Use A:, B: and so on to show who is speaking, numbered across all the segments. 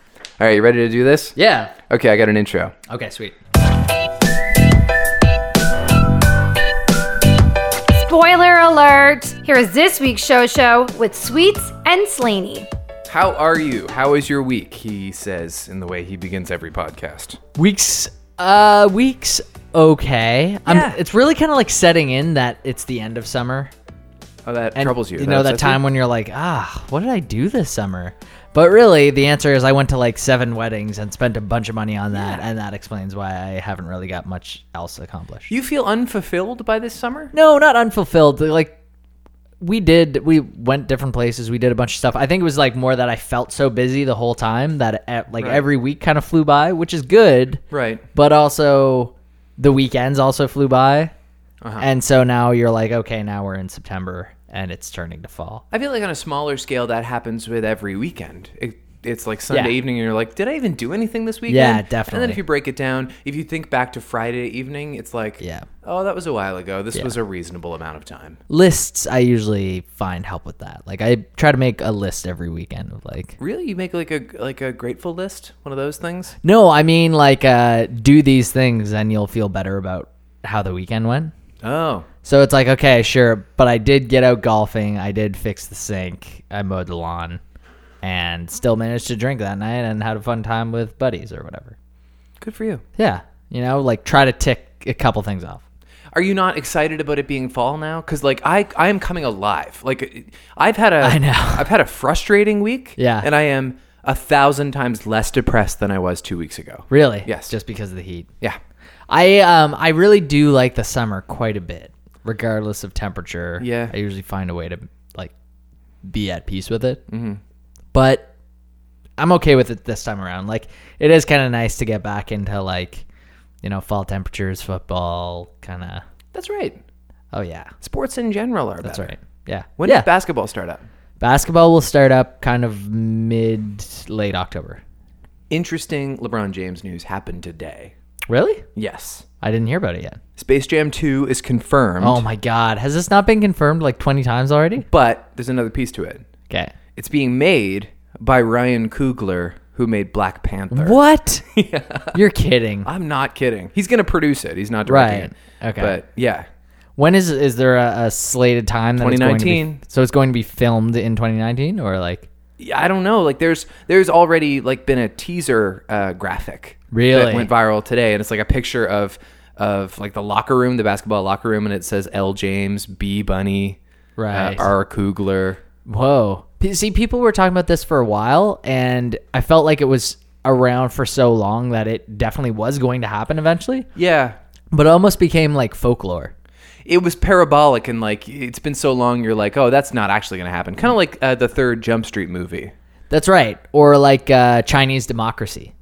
A: All right, you ready to do this?
B: Yeah.
A: Okay, I got an intro.
B: Okay, sweet.
C: Spoiler alert! Here is this week's show show with Sweets and Slaney.
A: How are you? How is your week? He says in the way he begins every podcast.
B: Weeks, uh, weeks, okay.
A: Yeah.
B: I'm, it's really kind of like setting in that it's the end of summer.
A: Oh, that
B: And
A: troubles you.
B: You know, that
A: upsets you?
B: time when you're like, ah, what did I do this summer? But really, the answer is I went to like seven weddings and spent a bunch of money on that, and that explains why I haven't really got much else accomplished.
A: You feel unfulfilled by this summer?
B: No, not unfulfilled. Like we did, we went different places. We did a bunch of stuff. I think it was like more that I felt so busy the whole time that eh, like
A: Right.
B: every week kind of flew by, which is good.
A: Right.
B: But also, the weekends also flew by, and so now you're like, okay, now we're in September and it's turning to fall.
A: I feel like on a smaller scale, that happens with every weekend. It, it's like Sunday
B: Yeah.
A: evening, and you're like, did I even do anything this weekend?
B: Yeah,
A: And then
B: definitely.
A: if you break it down, if you think back to Friday evening, it's like,
B: Yeah.
A: oh, that was a while ago. This was a reasonable amount of time.
B: Lists, I usually find help with that. Like I try to make a list every weekend of like
A: Really, you make like a like a grateful list, one of those things.
B: No, I mean like uh, do these things and you'll feel better about how the weekend went.
A: Oh,
B: So it's like okay, sure, but I did get out golfing. I did fix the sink. I mowed the lawn, and still managed to drink that night and had a fun time with buddies or whatever.
A: good for you.
B: Yeah, you know, like try to tick a couple things off.
A: Are you not excited about it being fall now? Because like I, I am coming alive. Like I've had a,
B: I know.
A: I've had a frustrating week.
B: Yeah.
A: and I am a thousand times less depressed than I was two weeks ago.
B: Really?
A: Yes.
B: Just because of the heat.
A: Yeah,
B: I um I really do like the summer quite a bit, regardless of temperature.
A: Yeah.
B: I usually find a way to like be at peace with it. Mm-hmm. But I'm okay with it this time around. Like it is kind of nice to get back into like you know fall temperatures, football, kind of.
A: that's right.
B: Oh yeah,
A: Sports in general are
B: that's right. Yeah.
A: When
B: yeah.
A: does basketball start up?
B: Basketball will start up kind of mid late October.
A: Interesting LeBron James news happened today.
B: Really?
A: Yes,
B: I didn't hear about it yet.
A: Space Jam Two is confirmed.
B: Oh my god, has this not been confirmed like 20 times already?
A: But there's another piece to it.
B: Okay.
A: It's being made by Ryan Coogler, who made Black Panther.
B: What? You're kidding.
A: I'm not kidding. He's gonna produce it. He's not directing
B: Right.
A: it.
B: Okay.
A: But yeah,
B: When is is there a, a slated time? That it's going to be-
A: 2019.
B: so it's going to be filmed in 2019, or like
A: Yeah, I don't know. Like there's there's already like been a teaser uh, graphic
B: Really?
A: that went viral today, and it's like a picture of of like the locker room, the basketball locker room, and it says L James, B Bunny,
B: Right.
A: uh, R Kugler.
B: whoa. P- See, people were talking about this for a while, and I felt like it was around for so long that it definitely was going to happen eventually,
A: Yeah,
B: but it almost became like folklore.
A: it was parabolic, and like it's been so long, you're like, oh, that's not actually gonna happen. Kind of like uh, the third Jump Street movie.
B: That's right, or like uh, Chinese democracy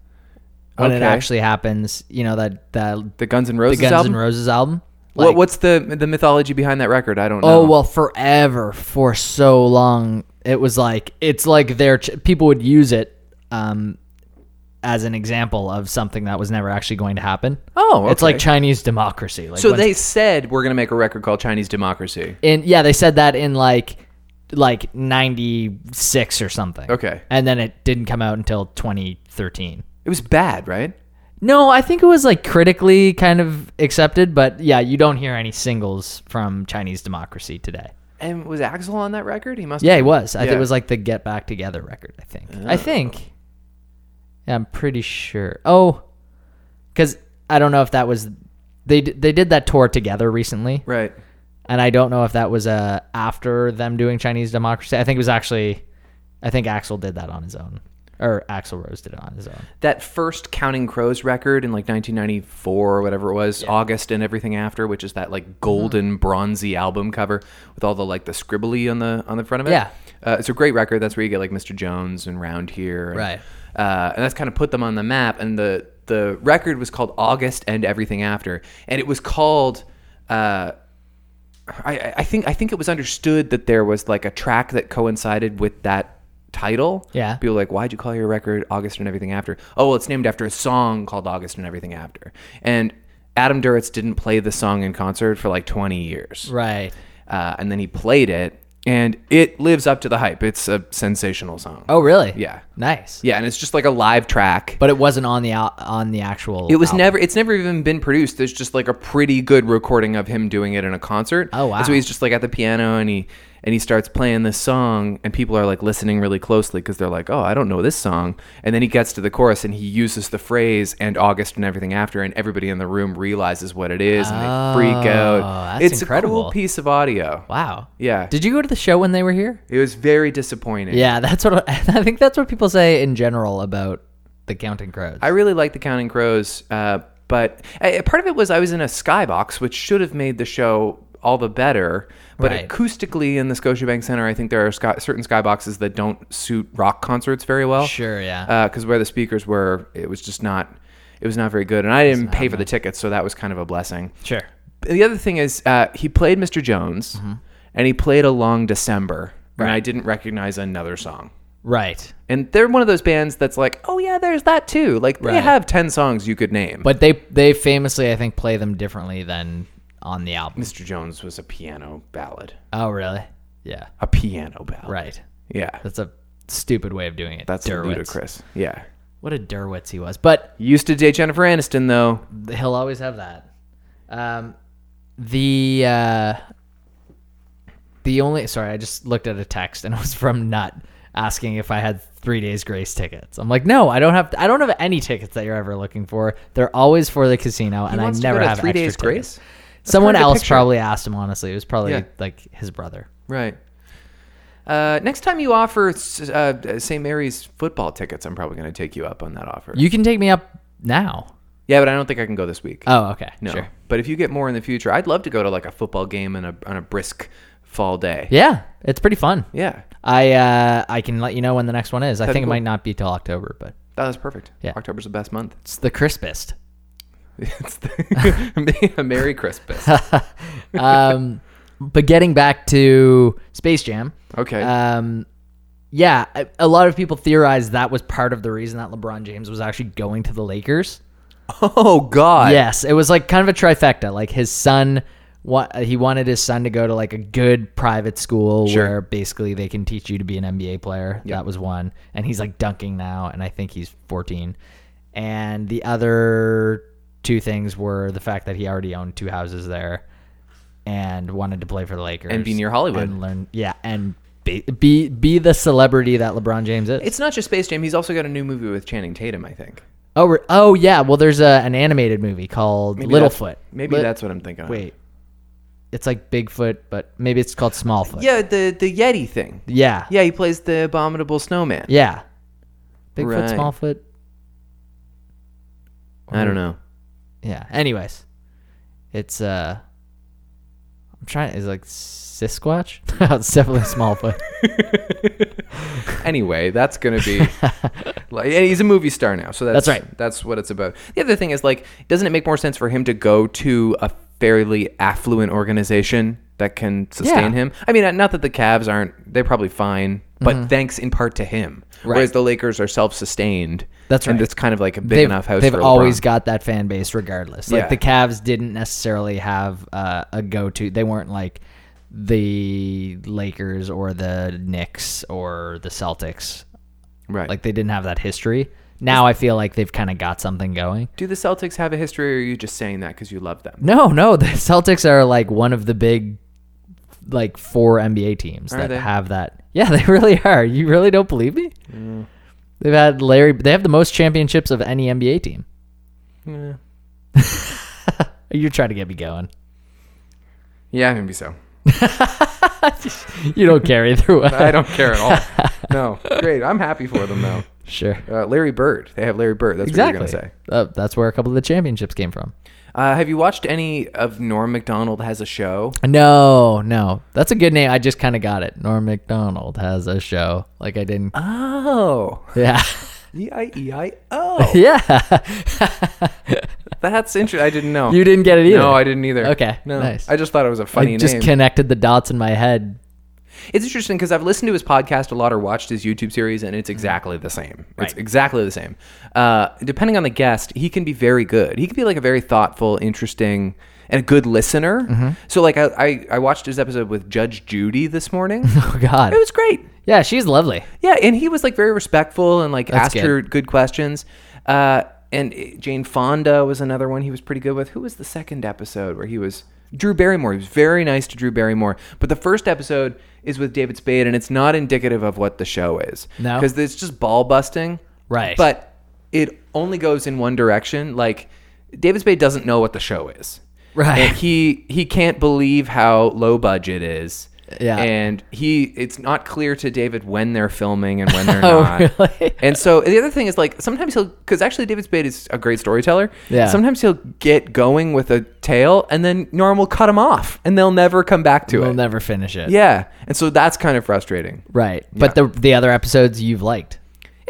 B: when it
A: Okay.
B: Oh, actually happens. You know that that
A: The Guns N' Roses
B: Guns
A: album.
B: N' Roses album.
A: what, what's the the mythology behind that record? I don't know.
B: Oh well, forever for so long it was like it's like their ch- people would use it um, as an example of something that was never actually going to happen.
A: Oh,
B: it's like
A: okay.
B: Chinese democracy. Like
A: So
B: when-
A: they said we're gonna make a record called Chinese Democracy.
B: in yeah they said that in like like ninety six or something.
A: Okay.
B: and then it didn't come out until twenty thirteen.
A: It was bad, right?
B: No, I think it was like critically kind of accepted, but yeah, you don't hear any singles from Chinese democracy today.
A: And was Axel on that record? He must.
B: Yeah, he was. I think
A: Yeah. Oh.
B: it was like the Get Back Together record. I think. I think. Yeah, I'm pretty sure. Oh, because I don't know if that was they d- they did that tour together recently,
A: Right.
B: and I don't know if that was uh after them doing Chinese Democracy. I think it was actually, I think Axel did that on his own, or Axel Rose did it on his own.
A: That first Counting Crows record in like 1994 or whatever it was, August and everything after, which is that
B: Mm-hmm.
A: like golden bronzy album cover with all the like the scribbly on the on the front of it.
B: Yeah.
A: Uh, it's a great record. That's where you get like Mr. Jones and Round Here. and-
B: Right.
A: Uh, and that's kind of put them on the map. And the the record was called August and Everything After, and it was called. Uh, I- I, I think I think it was understood that there was like a track that coincided with that title.
B: Yeah.
A: People were like, why'd you call your record August and Everything After? Oh, well, it's named after a song called August and Everything After. And Adam Duritz didn't play the song in concert for like 20 years.
B: Right.
A: Uh, and then he played it. and it lives up to the hype. It's a sensational song.
B: Oh, really?
A: Yeah.
B: Nice.
A: Yeah, and it's just like a live track.
B: But it wasn't on the al- on the actual.
A: It was
B: album.
A: never. It's never even been produced. There's just like a pretty good recording of him doing it in a concert.
B: Oh,
A: And so
B: wow.
A: he's just like at the piano and he and he starts playing this song and people are like listening really closely because they're like, oh, I don't know this song. And then he gets to the chorus and he uses the phrase and August and everything after, and everybody in the room realizes what it is and they freak out.
B: Oh, that's
A: it's a
B: incredible.
A: cool piece of audio.
B: Wow.
A: Yeah.
B: Did you go to the show when they were here?
A: It was very disappointing.
B: Yeah, that's what I think. That's what people say in general about the Counting Crows.
A: I really like the Counting Crows, uh, but uh, part of it was I was in a skybox, which should have made the show all the better. But
B: Right.
A: acoustically in the Scotiabank Center, I think there are sky- certain skyboxes that don't suit rock concerts very well.
B: sure, yeah.
A: Because where the speakers were, it was just not. It was not very good, and I didn't pay for the tickets, so that was kind of a blessing.
B: sure.
A: The other thing is, uh, he played Mr. Jones,
B: Mm-hmm.
A: and he played a long December, and I didn't recognize another song.
B: Right.
A: And they're one of those bands that's like, oh yeah, there's that too. Like they
B: Right.
A: have ten songs you could name.
B: But they they famously I think play them differently than on the album.
A: Mr. Jones was a piano ballad.
B: Oh, really? Yeah.
A: A piano ballad.
B: Right.
A: Yeah.
B: That's a stupid way of doing it.
A: That's
B: Derwitz.
A: ludicrous. Yeah.
B: What a Derwitz he was. But
A: Used to date Jennifer Aniston though.
B: he'll always have that. Um, the uh, the only sorry, I just looked at a text and it was from Nut asking if I had three days grace tickets. I'm like, no, I don't have. I don't have any tickets that you're ever looking for. They're always for the casino, and
A: wants
B: I
A: to go
B: never
A: to
B: have
A: Three
B: extra
A: Days
B: tickets.
A: Grace?
B: Someone
A: part of the
B: else
A: picture.
B: probably asked him. Honestly, it was probably
A: Yeah.
B: like his brother.
A: Right. Uh, next time you offer s- uh, St. Mary's football tickets, I'm probably going to take you up on that offer.
B: You can take me up now.
A: yeah, but I don't think I can go this week.
B: Oh, okay.
A: no.
B: Sure.
A: But if you get more in the future, I'd love to go to like a football game and a, on a brisk fall day.
B: Yeah, it's pretty fun.
A: Yeah.
B: I uh, I can let you know when the next one is. I
A: That'd
B: think
A: be
B: it
A: cool.
B: might not be till October, but
A: That was perfect.
B: Yeah.
A: October's the best month.
B: it's the crispest.
A: It's the, a Merry Christmas.
B: um, but getting back to Space Jam,
A: Okay.
B: um, yeah, a, a lot of people theorize that was part of the reason that LeBron James was actually going to the Lakers.
A: oh God.
B: yes, it was like kind of a trifecta. Like his son, what he wanted his son to go to like a good private school
A: Sure.
B: where basically they can teach you to be an NBA player. That was one, and he's like dunking now, and I think he's 14. And the other two things were the fact that he already owned two houses there, and wanted to play for the Lakers
A: And be near Hollywood.
B: and learn. Yeah, and be be, be the celebrity that LeBron James is.
A: It's not just Space Jam. He's also got a new movie with Channing Tatum. I think.
B: oh, re- oh yeah. Well, there's a, an animated movie called Littlefoot.
A: Maybe
B: Lit-
A: that's what I'm thinking. of.
B: Wait. It's like Bigfoot, but maybe it's called Smallfoot.
A: Yeah, the the Yeti thing.
B: Yeah.
A: Yeah, he plays the abominable snowman.
B: Yeah. Bigfoot,
A: Right.
B: Smallfoot.
A: I don't know.
B: Yeah. Anyways. It's uh I'm trying is it like Sisquatch? No, it's definitely Smallfoot.
A: Anyway, that's gonna be. like, and he's a movie star now, so that's,
B: That's right.
A: That's what it's about. The other thing is like, doesn't it make more sense for him to go to a fairly affluent organization that can sustain
B: Yeah.
A: him? I mean, not that the Cavs aren't; they're probably fine, but
B: Mm-hmm.
A: thanks in part to him. Whereas the Lakers are self-sustained.
B: That's
A: And
B: right.
A: it's kind of like a big
B: they've
A: enough house.
B: they've
A: for
B: always
A: LeBron.
B: got that fan base regardless. Like
A: Yeah.
B: the Cavs didn't necessarily have uh, a go to they weren't like the Lakers or the Knicks or the Celtics.
A: right.
B: Like they didn't have that history. Now I feel like they've kind of got something going.
A: Do the Celtics have a history, or are you just saying that because you love them?
B: No, no, the Celtics are like one of the big, like four NBA teams that
A: they?
B: have that. Yeah, they really are. You really don't believe me?
A: Mm.
B: They've had Larry. They have the most championships of any NBA team. You're trying to get me going.
A: Yeah, maybe so.
B: You don't care either way.
A: I don't care at all. No, great. I'm happy for them though.
B: Sure.
A: Uh, Larry Bird. They have Larry Bird. That's
B: Exactly.
A: what you're gonna say.
B: Uh, that's where a couple of the championships came from.
A: Uh, have you watched any of Norm Macdonald has a show?
B: No, no, that's a good name. I just kind of got it. Norm Macdonald has a show. Like I didn't.
A: Oh,
B: Yeah,
A: E I E I O.
B: yeah.
A: That's interesting. I didn't know.
B: you didn't get it either.
A: No, I didn't either.
B: Okay,
A: no.
B: nice.
A: I just thought it was a
B: I
A: funny
B: just
A: name.
B: connected the dots in my head.
A: It's interesting because I've listened to his podcast a lot or watched his YouTube series, and it's exactly the same. It's exactly the same. Uh, depending on the guest, he can be very good. He can be like a very thoughtful, interesting, and a good listener.
B: Mm-hmm.
A: So, like, I, I, I watched his episode with Judge Judy this morning.
B: Oh God.
A: it was great.
B: Yeah, she's lovely.
A: Yeah, and he was like very respectful and like asked
B: good.
A: her good questions. Uh, and uh, Jane Fonda was another one he was pretty good with. Who was the second episode where he was Drew Barrymore? He was very nice to Drew Barrymore. But the first episode is with David Spade, and it's not indicative of what the show is.
B: No.
A: because it's just ball busting.
B: Right.
A: but it only goes in one direction. Like David Spade doesn't know what the show is.
B: Right.
A: And he he can't believe how low budget is.
B: Yeah.
A: And he it's not clear to David when they're filming and when they're
B: Oh,
A: not.
B: really?
A: And so the other thing is like sometimes he'll cuz actually David Spade is a great storyteller.
B: Yeah.
A: Sometimes he'll get going with a tale and then Norm will cut him off and they'll never come back to
B: We'll
A: it.
B: never finish it.
A: yeah. And so that's kind of frustrating.
B: Right. But the the other episodes you've liked.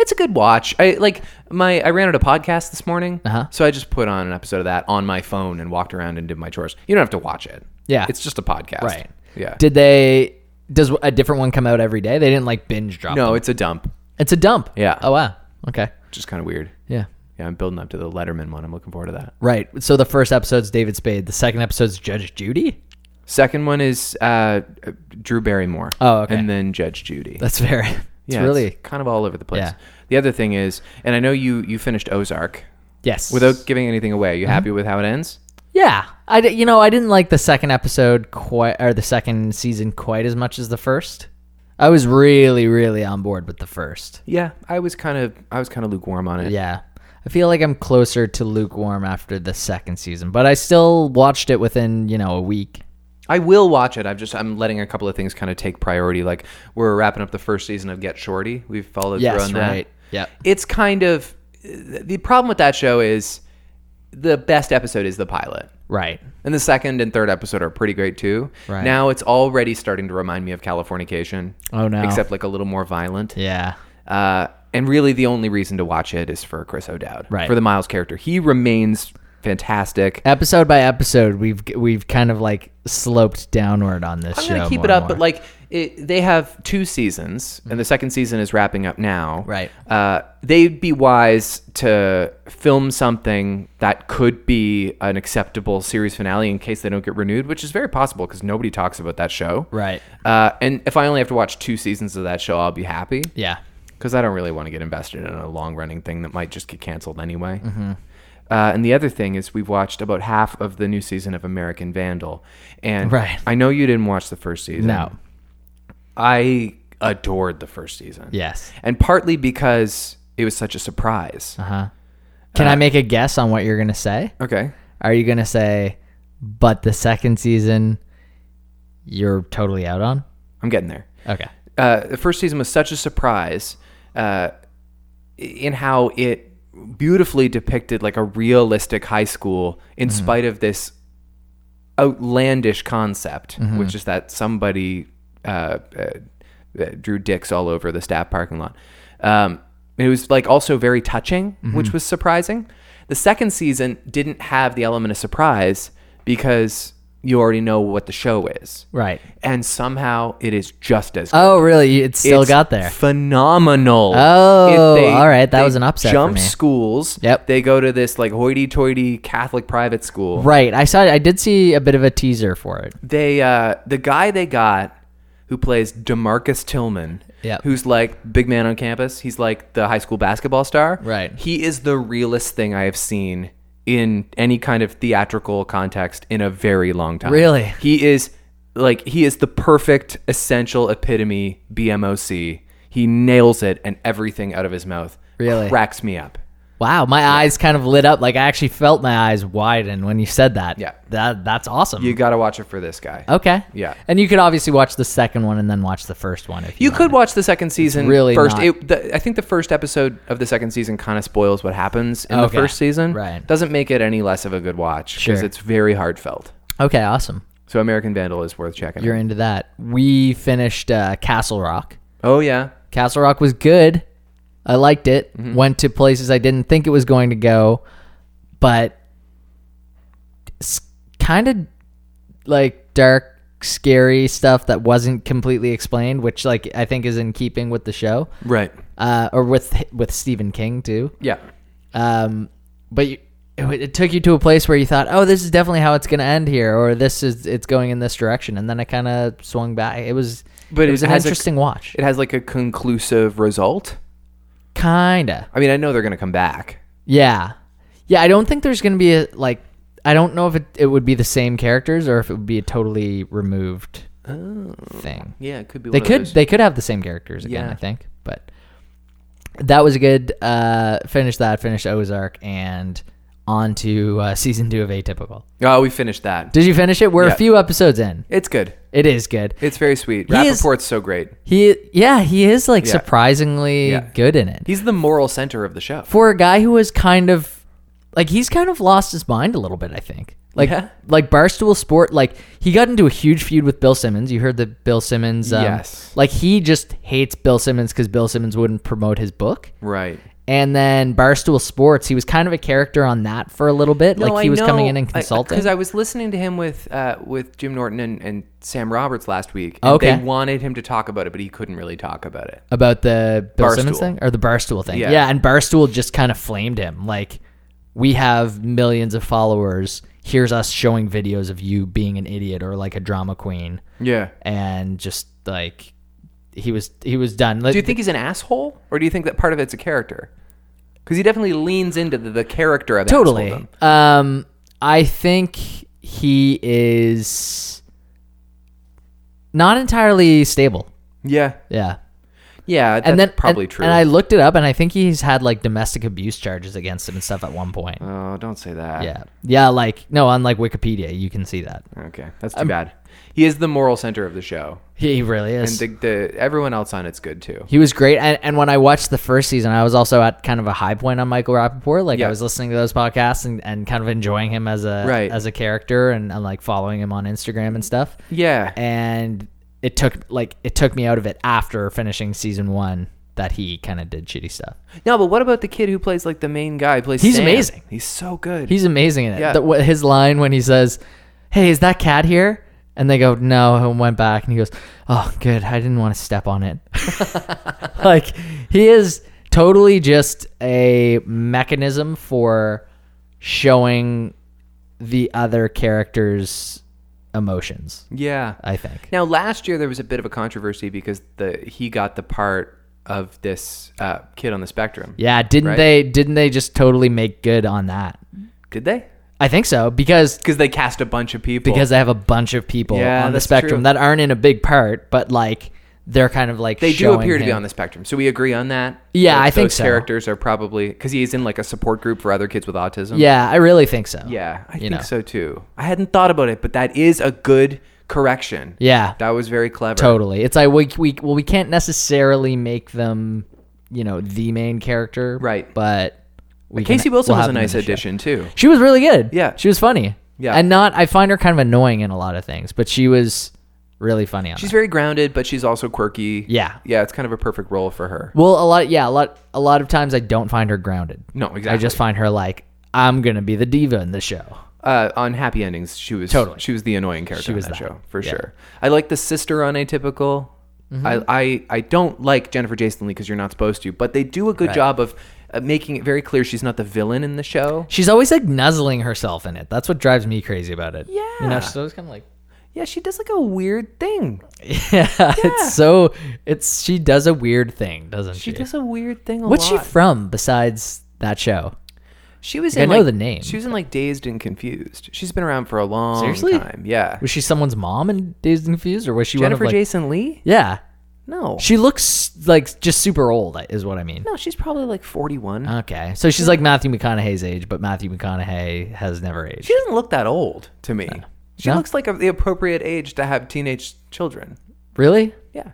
A: It's a good watch. I like my. I ran out of podcasts this morning,
B: Uh-huh.
A: so I just put on an episode of that on my phone and walked around and did my chores. You don't have to watch it.
B: Yeah.
A: it's just a podcast.
B: Right.
A: Yeah.
B: Did they does a different one come out every day? They didn't like binge drop.
A: no,
B: them.
A: it's a dump.
B: It's a dump.
A: Yeah.
B: Oh wow. Okay.
A: Which is kind of weird.
B: Yeah.
A: Yeah, I'm building up to the Letterman one. I'm looking forward to that.
B: Right. So the first episode's David Spade. The second episode's Judge Judy.
A: Second one is uh, Drew Barrymore.
B: Oh, okay.
A: And then Judge Judy.
B: That's fair. It's
A: yeah,
B: really
A: kind of all over the place.
B: Yeah.
A: The other thing is, and I know you you finished Ozark
B: yes.
A: without giving anything away.
B: Mm-hmm.
A: You happy with how it ends?
B: yeah, I di- you know I didn't like the second episode quite or the second season quite as much as the first. I was really really on board with the first.
A: Yeah, I was kind of I was kind of lukewarm on it.
B: Yeah. I feel like I'm closer to lukewarm after the second season, but I still watched it within, you know, a week.
A: I will watch it. I've just I'm letting a couple of things kind of take priority. Like we're wrapping up the first season of Get Shorty. We've followed through
B: Yes,
A: on that.
B: right. Yeah.
A: It's kind of the problem with that show is the best episode is the pilot.
B: Right.
A: And the second and third episode are pretty great too.
B: Right.
A: Now it's already starting to remind me of Californication.
B: Oh, no.
A: Except like a little more violent.
B: Yeah.
A: Uh, and really, the only reason to watch it is for Chris O'Dowd.
B: Right.
A: For the Miles character, he remains fantastic.
B: Episode by episode, we've we've kind of like sloped downward on this
A: I'm
B: show.
A: gonna keep
B: more
A: it up,
B: and
A: but
B: more.
A: like
B: Mm-hmm.
A: it, they have two seasons, and the second season is wrapping up now.
B: Right.
A: Uh, they'd be wise to film something that could be an acceptable series finale in case they don't get renewed, which is very possible because nobody talks about that show.
B: Right.
A: Uh, and if I only have to watch two seasons of that show, I'll be happy
B: Yeah.
A: because I don't really want to get invested in a long running thing that might just get canceled anyway.
B: Mm-hmm.
A: Uh, and the other thing is, we've watched about half of the new season of American Vandal, and
B: Right.
A: I know you didn't watch the first season.
B: No.
A: I adored the first season.
B: Yes.
A: and partly because it was such a surprise.
B: Uh-huh. Can
A: Uh,
B: I make a guess on what you're going to say?
A: Okay,
B: Are you going to say but the second season you're totally out on?
A: I'm getting there.
B: Okay.
A: uh, the first season was such a surprise uh, in how it beautifully depicted like a realistic high school in spite of this outlandish concept which is that somebody uh, uh, uh, drew dicks all over the staff parking lot um, it was like also very touching which was surprising the second season didn't have the element of surprise because you already know what the show is
B: Right.
A: and somew it is just as
B: Oh, really? It's still
A: it's
B: got there.
A: Phenomenal.
B: Oh, all right, that was an upset for
A: Jump
B: me.
A: schools.
B: Yep.
A: They go to this like hoity-toity Catholic private school.
B: Right. I saw I did see a bit of a teaser for it.
A: They uh, the guy they got who plays Demarcus Tillman.
B: Yep.
A: Who's like big man on campus. He's like the high school basketball star.
B: Right.
A: He is the realest thing I have seen in any kind of theatrical context in a very long time.
B: Really?
A: He is like he is the perfect essential epitome BMOC. He nails it and everything out of his mouth
B: Really?
A: cracks me up.
B: Wow, my eyes kind of lit up. Like I actually felt my eyes widen when you said that.
A: Yeah.
B: That that's awesome.
A: You got to watch it for this guy.
B: okay.
A: Yeah.
B: And you could obviously watch the second one and then watch the first one if you,
A: You could watch the second season
B: really
A: first.
B: not-
A: It, the, I think the first episode of the second season kind of spoils what happens in the
B: Okay.
A: first season.
B: Right.
A: Doesn't make it any less of a good watch because
B: Sure.
A: it's very heartfelt.
B: Okay, awesome.
A: So American Vandal is worth checking.
B: You're
A: out.
B: into that. We finished uh, Castle Rock.
A: Oh yeah.
B: Castle Rock was good. I liked it.
A: Mm-hmm.
B: Went to places I didn't think it was going to go, but kind of like dark scary stuff that wasn't completely explained, which like I think is in keeping with the show,
A: Right.
B: uh, or with with Stephen King too.
A: Yeah.
B: Um, but you, it, w- it took you to a place where you thought, oh, this is definitely how it's going to end here, or this is it's going in this direction, and then it kind of swung back. It was,
A: But
B: it
A: it
B: was an
A: has a-
B: interesting watch,
A: It has like a conclusive result.
B: kinda.
A: I mean, I know they're going to come back.
B: Yeah, yeah. I don't think there's going to be a like. I don't know if it, it would be the same characters or if it would be a totally removed
A: Oh.
B: thing.
A: Yeah, it could be
B: They could they could have the same characters again,
A: Yeah.
B: I think. But that was a good uh finish that, finish Ozark and on to uh, season 2 of Atypical.
A: Oh, we finished that.
B: Did you finish it? We're a
A: Yeah.
B: few episodes in.
A: It's good.
B: It is good.
A: It's very sweet.
B: He is-
A: Rappaport's so great.
B: He yeah, he is like
A: Yeah.
B: surprisingly
A: Yeah.
B: good in it.
A: He's the moral center of the show.
B: For a guy who was kind of like he's kind of lost his mind a little bit, I think. Like
A: Yeah.
B: like Barstool Sport, like he got into a huge feud with Bill Simmons. You heard the Bill Simmons um,
A: Yes.
B: like he just hates Bill Simmons cuz Bill Simmons wouldn't promote his book.
A: Right.
B: And then Barstool Sports, he was kind of a character on that for a little bit. like he was coming in and consulting.
A: Because I, was listening to him with uh, with Jim Norton and, and Sam Roberts last week. and
B: Okay.
A: They wanted him to talk about it, but he couldn't really talk about it.
B: about the Bill Simmons
A: Barstool.
B: thing or the Barstool thing. Yeah.
A: Yeah.
B: and Barstool just kind of flamed him. Like, we have millions of followers. Here's us showing videos of you being an idiot or like a drama queen,
A: Yeah.
B: and just like he was he was done. Like,
A: Do you think he's an asshole, or do you think that part of it's a character? Because he definitely leans into the, the character of
B: totally?
A: assholedom.
B: Um, I think he is not entirely stable.
A: Yeah.
B: Yeah.
A: Yeah. That's
B: and then
A: probably
B: and-
A: true.
B: And I looked it up, and I think he's had like domestic abuse charges against him and stuff at one point.
A: oh, don't say that.
B: Yeah. Yeah, like no, on like Wikipedia, you can see that.
A: Okay, that's
B: Um,
A: too bad. He is the moral center of the show,
B: He, he really
A: and
B: is.
A: the, the everyone else on it's good too.
B: he was great. And, and when I watched the first season, I was also at kind of a high point on Michael Rappaport. Like
A: Yeah.
B: I was listening to those podcasts and, and kind of enjoying him as a
A: Right.
B: as a character and, and like following him on Instagram and stuff.
A: Yeah.
B: And it took like it took me out of it after finishing season one that he kind of did shitty stuff.
A: No, but what about the kid who plays like the main guy? He Plays
B: He's
A: Sam.
B: amazing.
A: He's so good.
B: He's amazing in it.
A: Yeah.
B: The- what- his line when he says, "Hey, is that cat here?" and they go, "No," and went back, and he goes, "Oh, good. I didn't want to step on it." like he is totally just a mechanism for showing the other characters' emotions.
A: yeah.
B: I think.
A: Now, last year there was a bit of a controversy because the he got the part of this uh, kid on the spectrum.
B: Yeah, didn't
A: Right.
B: they? Didn't they just totally make good on that?
A: Did they?
B: I think so because
A: Because they cast a bunch of people.
B: because they have a bunch of people
A: Yeah,
B: on the
A: that's
B: spectrum
A: true.
B: that aren't in a big part, but like they're kind of like
A: they do
B: showing
A: appear to be
B: him-
A: on the spectrum, so we agree on that.
B: Yeah, I think
A: those
B: so.
A: characters are probably because he's in like a support group for other kids with autism.
B: Yeah, I really think so.
A: yeah, I think
B: know.
A: so too. I hadn't thought about it, but that is a good correction.
B: yeah,
A: that was very clever.
B: totally. It's like we we well we can't necessarily make them, you know, the main character,
A: Right.
B: But we can-
A: Casey Wilson
B: we'll
A: was
B: have
A: a
B: them in
A: nice
B: the show.
A: addition too.
B: She was really good.
A: Yeah.
B: she was funny.
A: Yeah.
B: and not I find her kind of annoying in a lot of things, but she was really funny on.
A: She's
B: that.
A: very grounded, but she's also quirky.
B: Yeah.
A: yeah, it's kind of a perfect role for her.
B: well, a lot. Yeah, a lot. A lot of times I don't find her grounded.
A: No, exactly.
B: I just find her like I'm gonna be the diva in the show.
A: uh, on Happy Endings, she was
B: Totally.
A: she was the annoying character
B: was
A: on
B: that.
A: that, show for
B: Yeah. Mm-hmm.
A: sure. I like the sister on Atypical. I, I I don't like Jennifer Jason Lee because you're not supposed to, but they do a good job of uh, making it very clear she's not the villain in the show.
B: She's always like nuzzling herself in it. That's what drives me crazy about it. Yeah. You know, she's always kind of like,
A: Yeah, she does like a weird thing.
B: yeah, it's so, it's, she does a weird thing, doesn't she?
A: She does a weird thing. A
B: What's she
A: lot.
B: from besides that show?
A: she was.
B: I
A: in
B: know
A: like-
B: the name,
A: She was in like Dazed and Confused. She's been around for a long
B: Seriously?
A: time. Yeah.
B: Was she someone's mom in Dazed and Confused or was she
A: Jennifer
B: one of like,
A: Jason Lee?
B: yeah.
A: No.
B: She looks like just super old is what I mean.
A: no, she's probably like 41.
B: Okay. So she's like Matthew McConaughey's age, but Matthew McConaughey has never aged.
A: She doesn't look that old to me. She
B: No?
A: looks like a, the appropriate age to have teenage children.
B: really?
A: Yeah.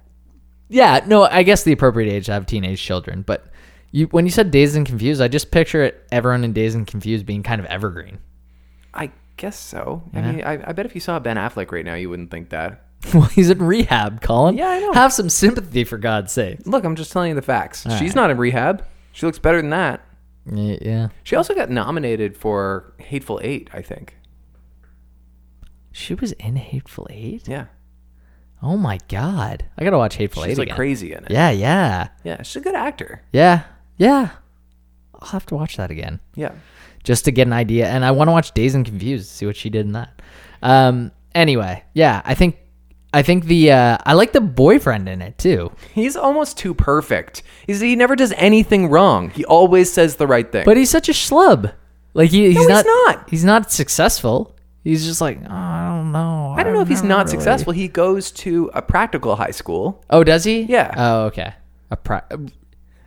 B: Yeah, no, I guess the appropriate age to have teenage children, but you when you said Dazed and Confused, I just picture it everyone in Dazed and Confused being kind of evergreen.
A: I guess so. I mean, I, I bet if you saw Ben Affleck right now, you wouldn't think that.
B: well, he's in rehab, Colin.
A: Yeah, I know.
B: Have some sympathy for God's sake.
A: Look, I'm just telling you the facts. She's not in rehab. She looks better than that.
B: Y- Yeah.
A: She also got nominated for Hateful Eight, I think.
B: She was in Hateful Eight.
A: Yeah,
B: Oh my god, I gotta watch Hateful
A: she's
B: Eight
A: like
B: again.
A: crazy in it.
B: Yeah, yeah,
A: yeah, she's a good actor.
B: yeah, yeah. I'll have to watch that again.
A: Yeah,
B: just to get an idea. And I want to watch Days and Confused, see what she did in that. Um, anyway, yeah, I think I think the uh, I like the boyfriend in it too,
A: he's almost too perfect. He's, he never does anything wrong. He always says the right thing.
B: but he's such a schlub. Like he, he's,
A: he's
B: not,
A: not.
B: he's not successful. He's just like oh, I don't know.
A: I don't know if he's not
B: really."
A: successful. He goes to a practical high school.
B: Oh, does he?
A: Yeah.
B: Oh, okay. A pri-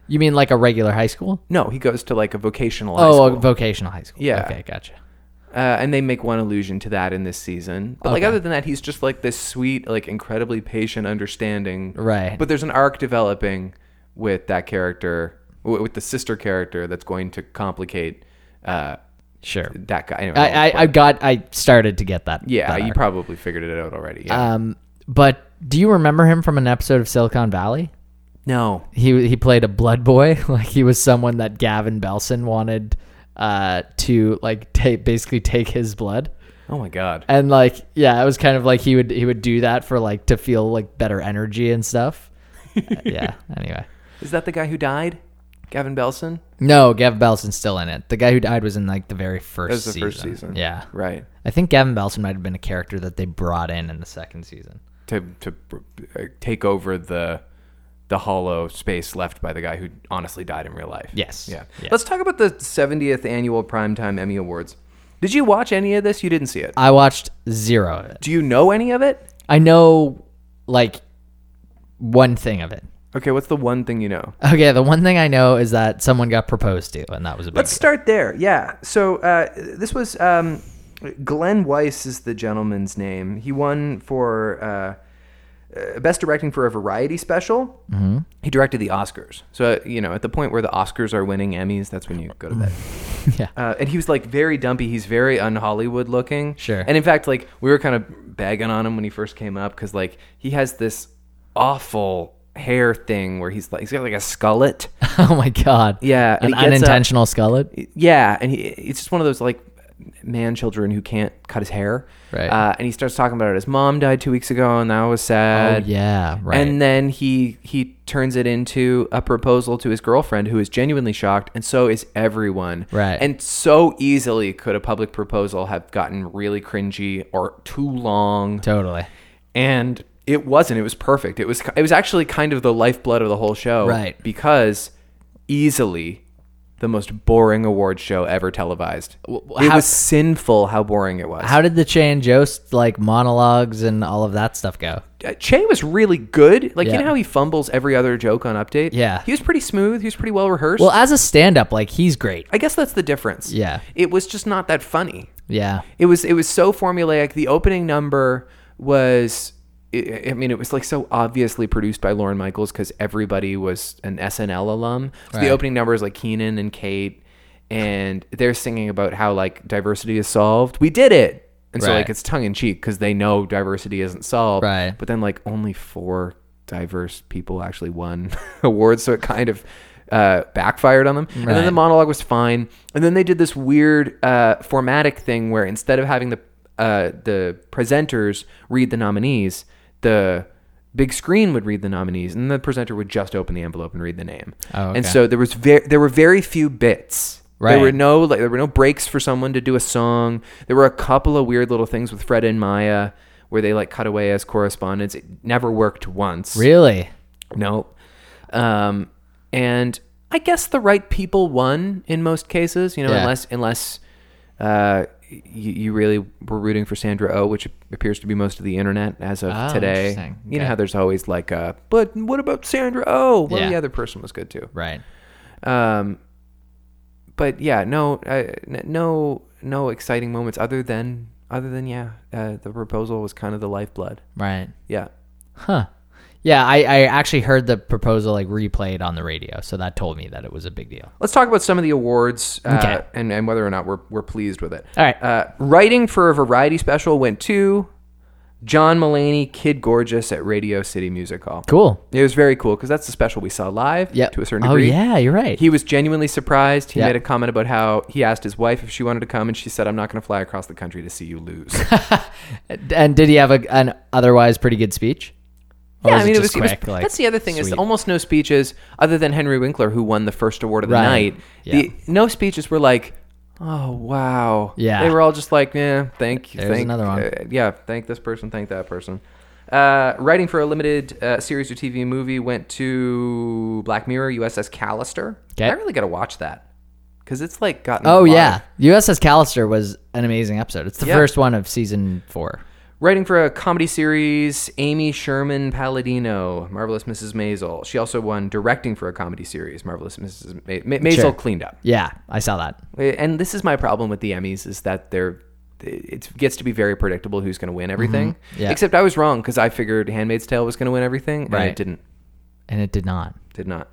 B: You mean like a regular high school?
A: No, he goes to like a vocational high
B: oh,
A: school.
B: a vocational high school.
A: Yeah.
B: Okay, gotcha.
A: Uh, and they make one allusion to that in this season. But like
B: Okay.
A: other than that, he's just like this sweet, like incredibly patient, understanding.
B: Right.
A: But there's an arc developing with that character, w- with the sister character, that's going to complicate uh,
B: Sure.
A: that guy. Anyway, I'll
B: I, I, I
A: explain.
B: got I started to get that.
A: yeah,
B: that
A: you
B: arc.
A: probably figured it out already. Yeah.
B: Um, but do you remember him from an episode of Silicon Valley?
A: no,
B: He he played a blood boy, like he was someone that Gavin Belson wanted uh to like take basically take his blood.
A: oh my god,
B: And like yeah, it was kind of like he would he would do that for like to feel like better energy and stuff. Uh, yeah, anyway.
A: is that the guy who died, Gavin Belson?
B: No, Gavin Belson's still in it. The guy who died was in like the very first
A: That was the
B: season.
A: first season.
B: Yeah.
A: right.
B: I think Gavin Belson might have been a character that they brought in in the second season.
A: To to uh, take over the the hollow space left by the guy who honestly died in real life.
B: Yes.
A: Yeah.
B: Yeah.
A: Let's talk about the 70th annual Primetime Emmy Awards. Did you watch any of this? You didn't see it.
B: I watched zero of it.
A: Do you know any of it?
B: I know like one thing of it.
A: Okay, what's the one thing you know?
B: Okay, the one thing I know is that someone got proposed to, and that was a big
A: Let's start there. Yeah. So uh, this was um, Glenn Weiss is the gentleman's name. He won for uh, uh, best directing for a variety special. Mm-hmm. He directed the Oscars. So uh, you know, at the point where the Oscars are winning Emmys, that's when you go to bed.
B: Yeah.
A: Uh, and he was like very dumpy. He's very un Hollywood looking.
B: Sure.
A: And in fact, like we were kind of bagging on him when he first came up because like he has this awful hair thing where he's like he's got like a skullet.
B: oh my god.
A: Yeah. and he
B: An
A: gets up-
B: unintentional skullet.
A: yeah, and he, it's just one of those like man children who can't cut his hair.
B: Right.
A: Uh, and he starts talking about it. His mom died two weeks ago, and that was sad.
B: Oh, yeah, right.
A: And then he he turns it into a proposal to his girlfriend, who is genuinely shocked, and so is everyone.
B: Right.
A: And so easily could a public proposal have gotten really cringy or too long,
B: totally.
A: and it wasn't. It was perfect. It was it was actually kind of the lifeblood of the whole show,
B: Right.
A: Because easily the most boring award show ever televised. it
B: how-
A: was sinful how boring it was.
B: How did the Che and Jost like monologues and all of that stuff go?
A: Uh, Che was really good. Like you
B: Yeah.
A: know how he fumbles every other joke on update.
B: Yeah.
A: he was pretty smooth. He was pretty well rehearsed.
B: Well, as a stand-up, like he's great.
A: I guess that's the difference.
B: Yeah.
A: it was just not that funny.
B: Yeah,
A: It was it was so formulaic. The opening number was I I mean, it was like so obviously produced by Lauren Michaels because everybody was an SNL alum. So the
B: Right.
A: opening number is like Keenan and Kate, and they're singing about how like diversity is solved. We did it, and so
B: Right.
A: like it's tongue in cheek because they know diversity isn't solved.
B: Right.
A: But then like only four diverse people actually won awards, so it kind of uh, backfired on them. And then the
B: Right.
A: monologue was fine. And then they did this weird uh, formatic thing where instead of having the uh, the presenters read the nominees, the big screen would read the nominees, and the presenter would just open the envelope and read the name.
B: Oh,
A: And
B: okay.
A: so there was very there were very few bits. There were
B: Right.
A: no like there were no breaks for someone to do a song. There were a couple of weird little things with Fred and Maya where they like cut away as correspondence. It never worked once.
B: really.
A: No. Um, and I guess the right people won in most cases, you know,
B: Yeah.
A: unless unless uh, you, you really were rooting for Sandra O, oh, which appears to be most of the internet as of
B: Oh,
A: today.
B: interesting.
A: You know
B: Okay.
A: how there's always like a, but what about Sandra O? Oh, well,
B: Yeah.
A: the other person was good too.
B: Right.
A: Um, but yeah, no, uh, n- no, no exciting moments other than other than yeah, uh, the proposal was kind of the lifeblood.
B: Right.
A: Yeah.
B: Huh. Yeah, I, I actually heard the proposal like replayed on the radio, so that told me that it was a big deal.
A: Let's talk about some of the awards uh,
B: Okay.
A: and, uh, and whether or not we're, we're pleased with it.
B: All right.
A: Uh, writing for a variety special went to John Mullaney, Kid Gorgeous at Radio City Music Hall.
B: Cool.
A: It was very cool because that's the special we saw live
B: Yep.
A: to a certain
B: Oh,
A: degree.
B: yeah, you're right.
A: He was genuinely surprised. He
B: Yeah.
A: made a comment about how he asked his wife if she wanted to come, and she said, I'm not going to fly across the country to see you lose.
B: And did he have a, an otherwise pretty good speech? Or
A: yeah, I mean, it was,
B: Oh, just
A: it was-
B: quick, like,
A: that's the other thing is
B: sweet?
A: almost no speeches other than Henry Winkler, who won the first award of the
B: Right.
A: night.
B: Yeah.
A: The, no speeches were like, oh, wow.
B: Yeah.
A: They were all just like, yeah, thank you.
B: There's
A: thank,
B: another one.
A: uh, yeah, thank this person, thank that person. Uh, writing for a limited uh, series or TV movie went to Black Mirror, USS Callister.
B: 'Kay.
A: I really got to watch that because it's like gotten. a
B: Oh
A: lot of-
B: yeah, USS Callister was an amazing episode. It's the
A: Yeah.
B: first one of season four.
A: Writing for a comedy series, Amy Sherman Palladino, Marvelous Mrs. Maisel. She also won directing for a comedy series, Marvelous Mrs. Ma- Ma- Maisel
B: Sure.
A: cleaned up.
B: Yeah, I saw that.
A: And this is my problem with the Emmys is that they're it gets to be very predictable who's going to win everything.
B: Mm-hmm. Yeah.
A: Except I was wrong because I figured Handmaid's Tale was going to win everything, and
B: Right.
A: it didn't.
B: And it did not.
A: Did not.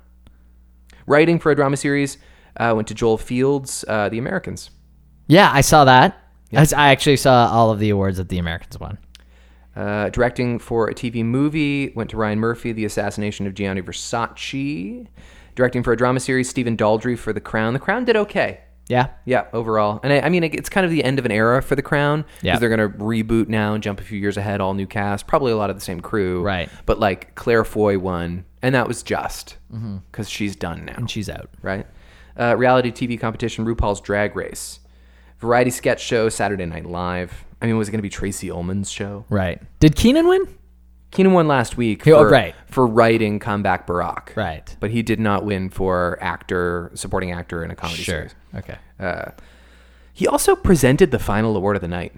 A: Writing for a drama series uh, went to Joel Fields, uh, The Americans.
B: Yeah, I saw that. I s- I actually saw all of the awards that the Americans won.
A: Uh, directing for a TV movie went to Ryan Murphy, The Assassination of Gianni Versace. Directing for a drama series, Stephen Daldry for The Crown. The Crown did okay.
B: Yeah,
A: Yeah, overall. And I, I mean, it- it's kind of the end of an era for The Crown because
B: Yeah.
A: they're going to reboot now and jump a few years ahead, all new cast, probably a lot of the same crew.
B: Right.
A: But like Claire Foy won, and that was just because she's done now
B: Mm-hmm. and she's out.
A: right? Uh, reality TV competition, RuPaul's Drag Race, variety sketch show, Saturday Night Live. I mean, was it going to be Tracy Ullman's show?
B: Right. Did Keenan win?
A: Keenan won last week
B: Yeah, oh,
A: for,
B: right.
A: for writing Comeback Barack.
B: Right.
A: But he did not win for actor, supporting actor in a comedy
B: Sure.
A: series.
B: Okay.
A: He also presented the final award of the night.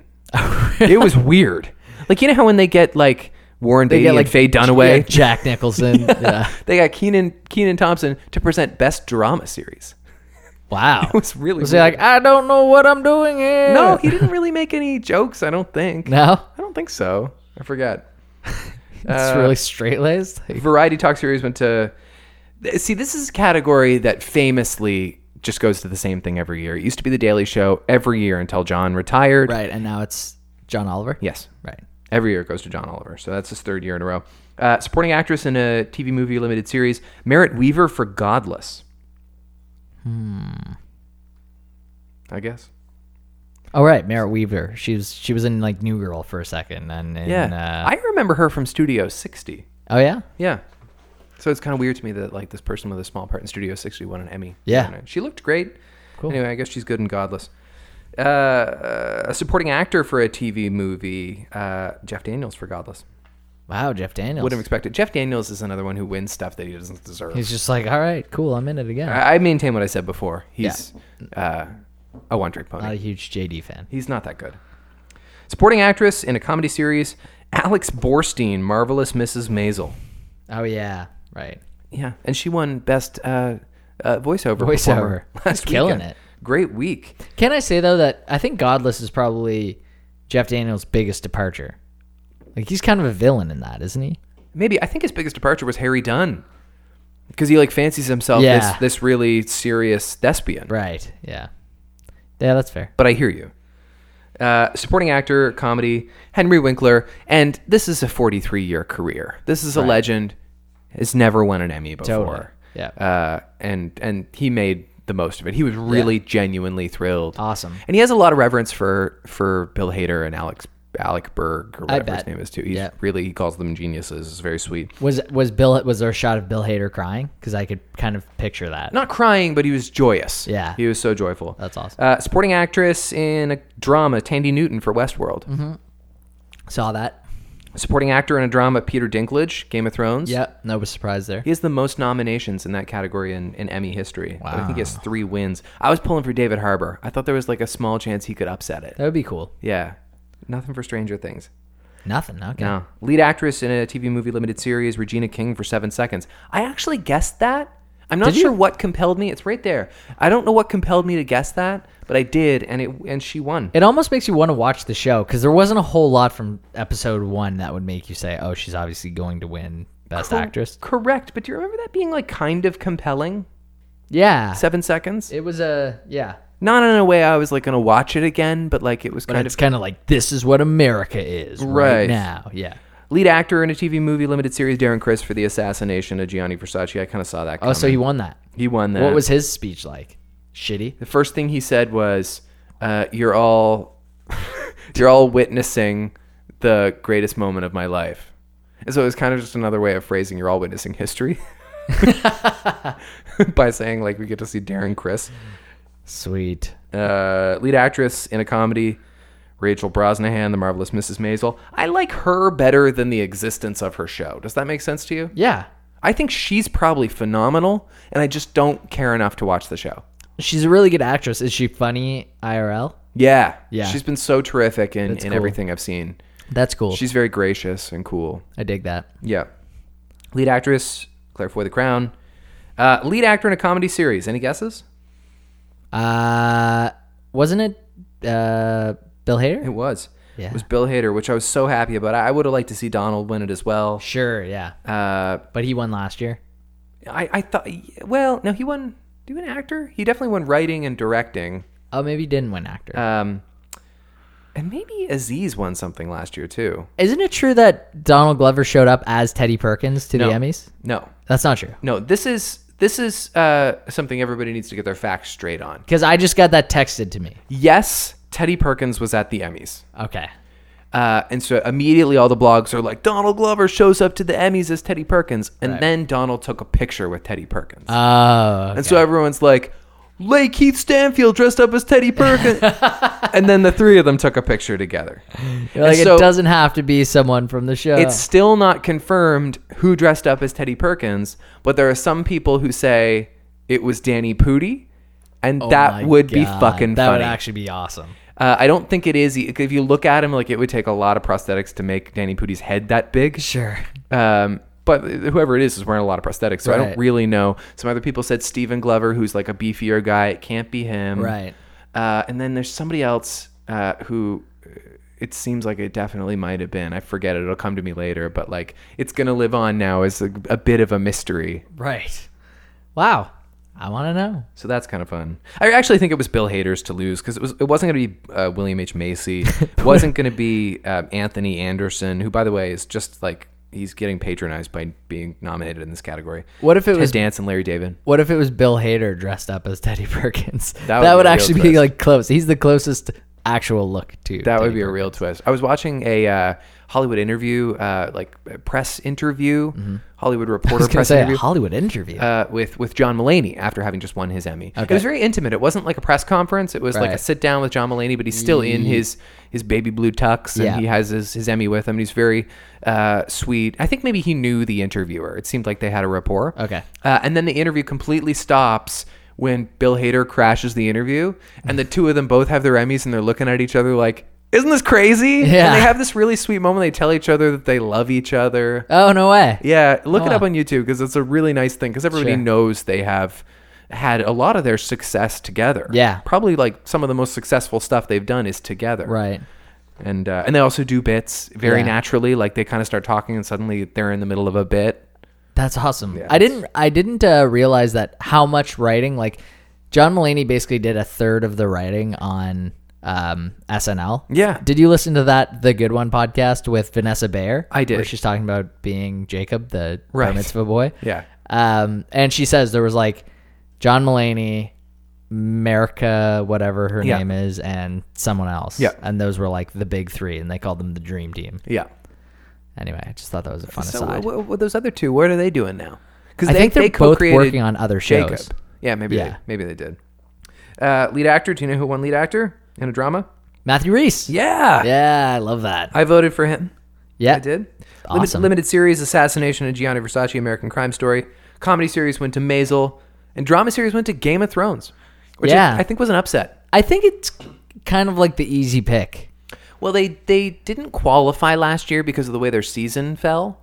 A: it was weird. Like, you know how when they get like Warren Beatty and Faye
B: yeah,
A: Dunaway?
B: Jack Nicholson. yeah.
A: They got Keenan Keenan Thompson to present Best Drama Series.
B: Wow.
A: It was really
B: Was he
A: weird.
B: like, I don't know what I'm doing here?
A: No, he didn't really make any jokes, I don't think.
B: no.
A: I don't think so. I forgot.
B: It's really straight laced.
A: Variety talk series went to. See, this is a category that famously just goes to the same thing every year. It used to be The Daily Show every year until John retired.
B: Right, and now it's John Oliver.
A: Yes.
B: Right.
A: Every year it goes to John Oliver. So that's his third year in a row. Uh, supporting actress in a TV movie limited series, Merritt Weaver for Godless. Hmm. I guess.
B: Oh right, Merritt Weaver. She was she was in like New Girl for a second, and, and
A: Yeah.
B: Uh,
A: I remember her from Studio 60.
B: oh yeah.
A: Yeah. So it's kind of weird to me that like this person with a small part in Studio 60 won an Emmy.
B: Yeah.
A: You know, She looked great. Cool. Anyway, I guess she's good and godless. Uh, a supporting actor for a TV movie, uh, Jeff Daniels for Godless.
B: Wow, Jeff Daniels.
A: Wouldn't have expected. Jeff Daniels is another one who wins stuff that he doesn't deserve.
B: He's just like, all right, cool, I'm in it again.
A: I, I maintain what I said before. He's uh, a one trick pony.
B: Not a huge JD fan.
A: He's not that good. Supporting actress in a comedy series, Alex Borstein, Marvelous Mrs. Maisel.
B: Oh yeah, right.
A: Yeah, and she won best uh, uh, voiceover.
B: Voiceover.
A: performer last
B: Killing
A: weekend.
B: it.
A: Great week.
B: Can I say though that I think Godless is probably Jeff Daniels' biggest departure. Like he's kind of a villain in that, isn't he?
A: Maybe I think his biggest departure was Harry Dunn because he like fancies himself
B: Yeah.
A: this this really serious thespian.
B: Right. Yeah. Yeah, that's fair.
A: But I hear you. Uh, supporting actor, comedy, Henry Winkler, and this is a 43 year career. This is a legend. Has never won an Emmy before.
B: Totally. Yeah.
A: Uh, and and he made the most of it. He was really genuinely thrilled.
B: Awesome.
A: And he has a lot of reverence for for Bill Hader and Alex Alec Berg or whatever his
B: bet.
A: name is too. He's
B: Yeah.
A: really he calls them geniuses. It's very sweet.
B: Was was Bill was there a shot of Bill Hader crying? Because I could kind of picture that.
A: Not crying, but he was joyous.
B: Yeah.
A: He was so joyful.
B: That's awesome.
A: Uh, supporting actress in a drama, Tandy Newton for Westworld.
B: Mm-hmm. Saw that.
A: Supporting actor in a drama, Peter Dinklage, Game of Thrones.
B: Yep. No was surprised there.
A: He has the most nominations in that category in, in Emmy history. Wow. I think he has three wins. I was pulling for David Harbour. I thought there was like a small chance he could upset it.
B: That would be cool.
A: Yeah. Nothing for Stranger Things.
B: Nothing. Okay.
A: No. Lead actress in a TV movie limited series, Regina King for seven seconds. I actually guessed that. I'm not
B: Did you?
A: sure what compelled me. It's right there. I don't know what compelled me to guess that, but I did, and it and she won.
B: It almost makes you want to watch the show because there wasn't a whole lot from episode one that would make you say, "Oh, she's obviously going to win Best Actress."
A: Correct, but do you remember that being like kind of compelling?
B: Yeah,
A: Seven seconds.
B: it was a yeah.
A: Not in a way I was like going to watch it again, but like it was
B: But
A: kind
B: it's
A: of
B: kind of like this is what America is right,
A: Right.
B: now. Yeah.
A: lead actor in a TV movie limited series. Darren Chris for the assassination of Gianni Versace. I kind of saw that.
B: Oh,
A: Coming.
B: so he won that.
A: he won that.
B: What was his speech like? Shitty.
A: the first thing he said was, uh, "You're all, you're all witnessing the greatest moment of my life." And so it was kind of just another way of phrasing, "You're all witnessing history," by saying like we get to see Darren Chris,
B: Sweet.
A: uh, lead actress in a comedy, Rachel Brosnahan, the marvelous Mrs. Maisel. I like her better than the existence of her show. Does that make sense to you?
B: Yeah.
A: I think she's probably phenomenal, and I just don't care enough to watch the show.
B: She's a really good actress. Is she funny IRL?
A: Yeah.
B: Yeah.
A: She's been so terrific in, in
B: cool.
A: everything I've seen.
B: That's cool.
A: She's very gracious and cool.
B: I dig that.
A: Yeah. Lead actress, Claire Foy the Crown. Uh, lead actor in a comedy series. Any guesses?
B: Uh wasn't it uh Bill
A: It
B: Hader?
A: was.
B: Yeah.
A: It was Bill Hader, which I was so happy about. I would have liked to see Donald win it as well.
B: Sure, yeah.
A: Uh,
B: But he won last year.
A: I, I thought, well, no, he won. Do you an actor? He definitely won writing and directing.
B: Oh, maybe he didn't win actor.
A: Um, and maybe Aziz won something last year, too.
B: Isn't it true that Donald Glover showed up as Teddy Perkins to
A: No.
B: the Emmys?
A: No,
B: That's not true.
A: No, this is this is uh, something everybody needs to get their facts straight on.
B: Because I just got that texted to me.
A: Yes, Teddy Perkins was at the Emmys,
B: Okay.
A: uh, and so immediately all the blogs are like, Donald Glover shows up to the Emmys as Teddy Perkins, and then Donald took a picture with Teddy Perkins,
B: Oh.
A: and so everyone's like. Lay Keith Stanfield dressed up as Teddy Perkins, and then the three of them took a picture together. And
B: Like
A: so-
B: it uh, doesn't have to be someone from the show.
A: It's still not confirmed who dressed up as Teddy Perkins, but there are some people who say it was Danny Pudi, and
B: Oh my
A: that would be
B: God,
A: fucking
B: That
A: funny.
B: would actually be awesome.
A: uh, I don't think it is. If you look at him, like it would take a lot of prosthetics to make Danny Pudi's head that big.
B: Sure.
A: Um, but whoever it is is wearing a lot of prosthetics, so I
B: Right.
A: don't really know. Some other people said Stephen Glover, who's like a beefier guy. It can't be him,
B: Right.
A: Uh, and then there's somebody else uh, who uh, it seems like it definitely might have been. I forget it. It'll come to me later, but like it's gonna live on now as a, a bit of a mystery.
B: Right. Wow. I want to know.
A: So that's kind of fun. I actually think it was Bill Hader's to lose because it was it wasn't going to be uh, William H Macy, it wasn't going to be um, Anthony Anderson, who by the way is just like he's getting patronized by being nominated in this category.
B: What if it
A: Ted
B: was
A: Dance and Larry David?
B: What if it was Bill Hader dressed up as Teddy Perkins? That
A: That would
B: would,
A: be a real
B: actually be
A: twist.
B: like close. He's the closest actual look to
A: That
B: Teddy
A: would be a real twist. I was watching a uh, Hollywood interview, uh, like a press interview, Hollywood
B: I was
A: Reporter
B: gonna
A: press
B: say
A: interview.
B: a Hollywood interview.
A: uh, with with John Mulaney after having just won his Emmy. It was very intimate. It wasn't like a press conference. It was like
B: Right.
A: a sit down with John Mulaney, but he's still in his his baby blue tux and
B: Yeah.
A: he has his, his Emmy with him. And he's very uh, sweet. I think maybe he knew the interviewer. It seemed like they had a rapport.
B: Okay.
A: Uh, and then the interview completely stops when Bill Hader crashes the interview, and the two of them both have their Emmys and they're looking at each other like. Isn't this crazy?
B: Yeah.
A: And they have this really sweet moment. They tell each other that they love each other.
B: oh no way.
A: Yeah, look it
B: Oh.
A: up on YouTube because it's a really nice thing because everybody
B: Sure.
A: knows they have had a lot of their success together.
B: Yeah.
A: probably like some of the most successful stuff they've done is together.
B: Right.
A: and uh, and they also do bits very
B: Yeah.
A: naturally. Like they kind of start talking and suddenly they're in the middle of a bit.
B: That's awesome. I didn't I didn't uh, realize that how much writing like John Mulaney basically did a third of the writing on um, SNL.
A: Yeah.
B: Did you listen to that The Good One podcast with Vanessa Bayer?
A: I did.
B: Where she's talking about being Jacob, the right.
A: Right.
B: mitzvah boy.
A: Yeah.
B: Um, and she says there was like John Mulaney, America, whatever her
A: Yeah.
B: name is, and someone else.
A: Yeah.
B: And those were like the big three, and they called them the Dream Team.
A: Yeah.
B: Anyway, I just thought that was a fun
A: So
B: aside.
A: what, what those other two? What are they doing now? Because
B: I think they're both working on other shows.
A: Jacob. Yeah, maybe
B: Yeah.
A: They, maybe they did. Uh, lead actor. Do you know who won lead actor in a drama?
B: Matthew Reese.
A: Yeah.
B: Yeah, I love that.
A: I voted for him.
B: yeah.
A: I did. Limit-
B: Awesome.
A: limited series Assassination of Gianni Versace, American Crime Story. Comedy series went to Maisel. And drama series went to Game of Thrones, which
B: Yeah.
A: I, I think was an upset.
B: I think it's kind of like the easy pick.
A: Well, they, they didn't qualify last year because of the way their season fell.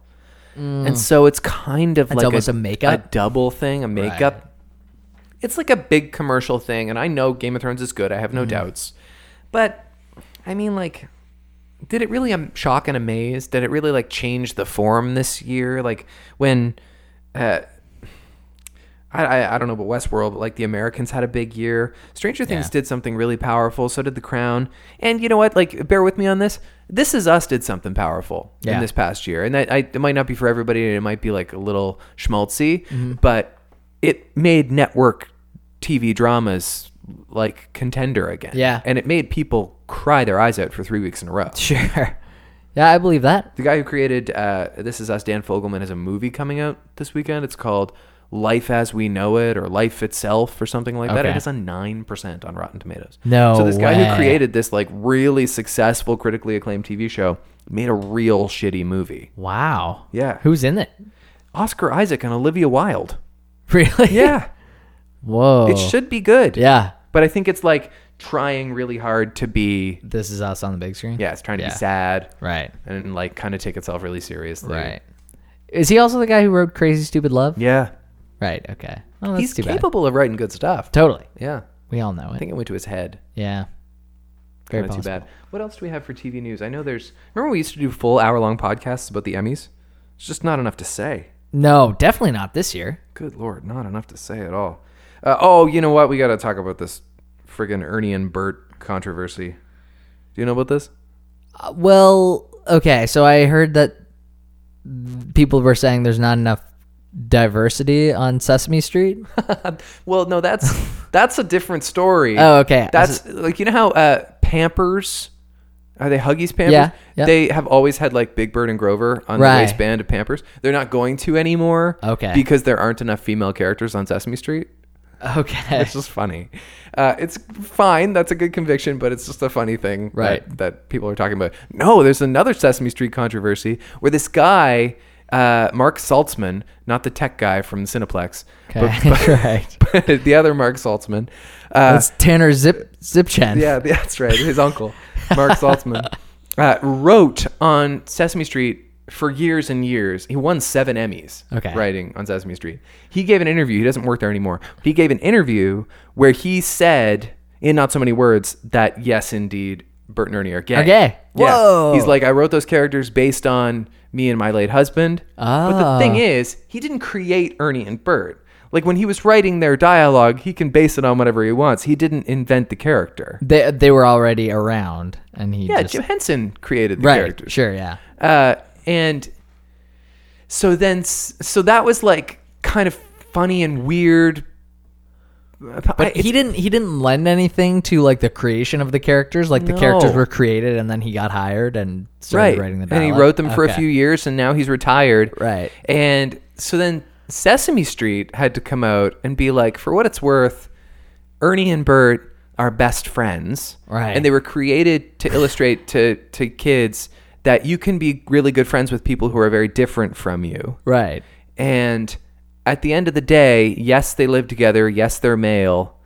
A: And so it's kind of like
B: Mm. almost a makeup?
A: a double thing, a makeup.
B: Right.
A: It's like a big commercial thing. And I know Game of Thrones is good. I have no
B: Mm.
A: doubts. But, I mean, like, did it really um, shock and amaze? Did it really like change the form this year? Like when, uh, I, I I don't know about Westworld, but like the Americans had a big year. Stranger Things
B: Yeah.
A: did something really powerful. So did The Crown. And you know what? Like, bear with me on this. This Is Us did something powerful in
B: Yeah.
A: this past year, and I, I it might not be for everybody, and it might be like a little schmaltzy,
B: Mm-hmm.
A: but it made network TV dramas like contender again.
B: Yeah.
A: and it made people cry their eyes out for three weeks in a row.
B: Sure. Yeah, I believe that.
A: The guy who created uh, This Is Us, Dan Fogelman, has a movie coming out this weekend. It's called Life as We Know It or Life Itself or something like that. It
B: Okay.
A: has a 9% on Rotten Tomatoes.
B: No
A: So this guy who
B: way.
A: created this like really successful, critically acclaimed TV show made a real shitty movie.
B: Wow.
A: Yeah.
B: Who's in it?
A: Oscar Isaac and Olivia Wilde.
B: Really?
A: Yeah.
B: Whoa.
A: It should be good.
B: Oh. Yeah.
A: But I think it's like trying really hard to be,
B: This is us on the big screen.
A: yeah, it's trying to
B: Yeah.
A: be sad
B: Right.
A: and like kind of take itself really seriously.
B: Right. Is he also the guy who wrote Crazy Stupid Love?
A: Yeah.
B: Right. Okay. Oh, that's
A: He's
B: too bad.
A: capable of writing good stuff.
B: Totally.
A: Yeah.
B: We all know
A: I
B: it.
A: think it went to his head.
B: Yeah. Very
A: Kinda too
B: possible.
A: bad. What else do we have for TV news? I know there's. Remember we used to do full hour long podcasts about the Emmys. It's just not enough to say.
B: No, definitely not this year.
A: Good lord, not enough to say at all. Uh, oh, you know what? We got to talk about this friggin' Ernie and Bert controversy. Do you know about this?
B: Uh, well, okay. So I heard that people were saying there's not enough diversity on Sesame Street.
A: Well, no, that's that's a different story.
B: Oh, okay.
A: That's like you know how uh, Pampers are they Huggies Pampers?
B: Yeah, yeah.
A: They have always had like Big Bird and Grover on
B: Right.
A: the waistband of Pampers. They're not going to anymore.
B: Okay.
A: Because there aren't enough female characters on Sesame Street.
B: Okay.
A: It's just funny. Uh, it's fine. That's a good conviction, but it's just a funny thing, that- That,
B: Right.
A: people are talking about. No, there's another Sesame Street controversy where this guy, uh, Mark Saltzman, not the tech guy from Cineplex,
B: Okay. right.
A: but, but the other Mark Saltzman. Uh,
B: That's Tanner Zip Zipchen.
A: yeah, that's right. His uncle, Mark Saltzman, uh, wrote on Sesame Street for years and years. He won seven Emmys
B: Okay.
A: writing on Sesame Street. He gave an interview. He doesn't work there anymore. He gave an interview where he said, in not so many words, that yes, indeed, Bert and Ernie are gay.
B: Are gay.
A: Yeah.
B: Whoa.
A: He's like, I wrote those characters based on me and my late husband. But the
B: Ah.
A: thing is, he didn't create Ernie and Bert. Like when he was writing their dialogue, he can base it on whatever he wants. He didn't invent the character.
B: They they were already around, and he
A: Yeah,
B: just
A: Jim Henson created the
B: right.
A: characters.
B: Sure. Yeah.
A: Uh, and so then, s- so that was like kind of funny and weird. But I-
B: he didn't he didn't lend anything to like the creation of the characters like the characters
A: No.
B: were created and then he got hired and started
A: right,
B: writing the
A: and he
B: dialogue.
A: wrote them for a
B: Okay.
A: few years, and now he's retired.
B: Right.
A: and so then Sesame Street had to come out and be like, for what it's worth, Ernie and Bert are best friends.
B: Right.
A: and they were created to illustrate to to kids that you can be really good friends with people who are very different from you.
B: right
A: And at the end of the day, yes, they live together. Yes, they're male,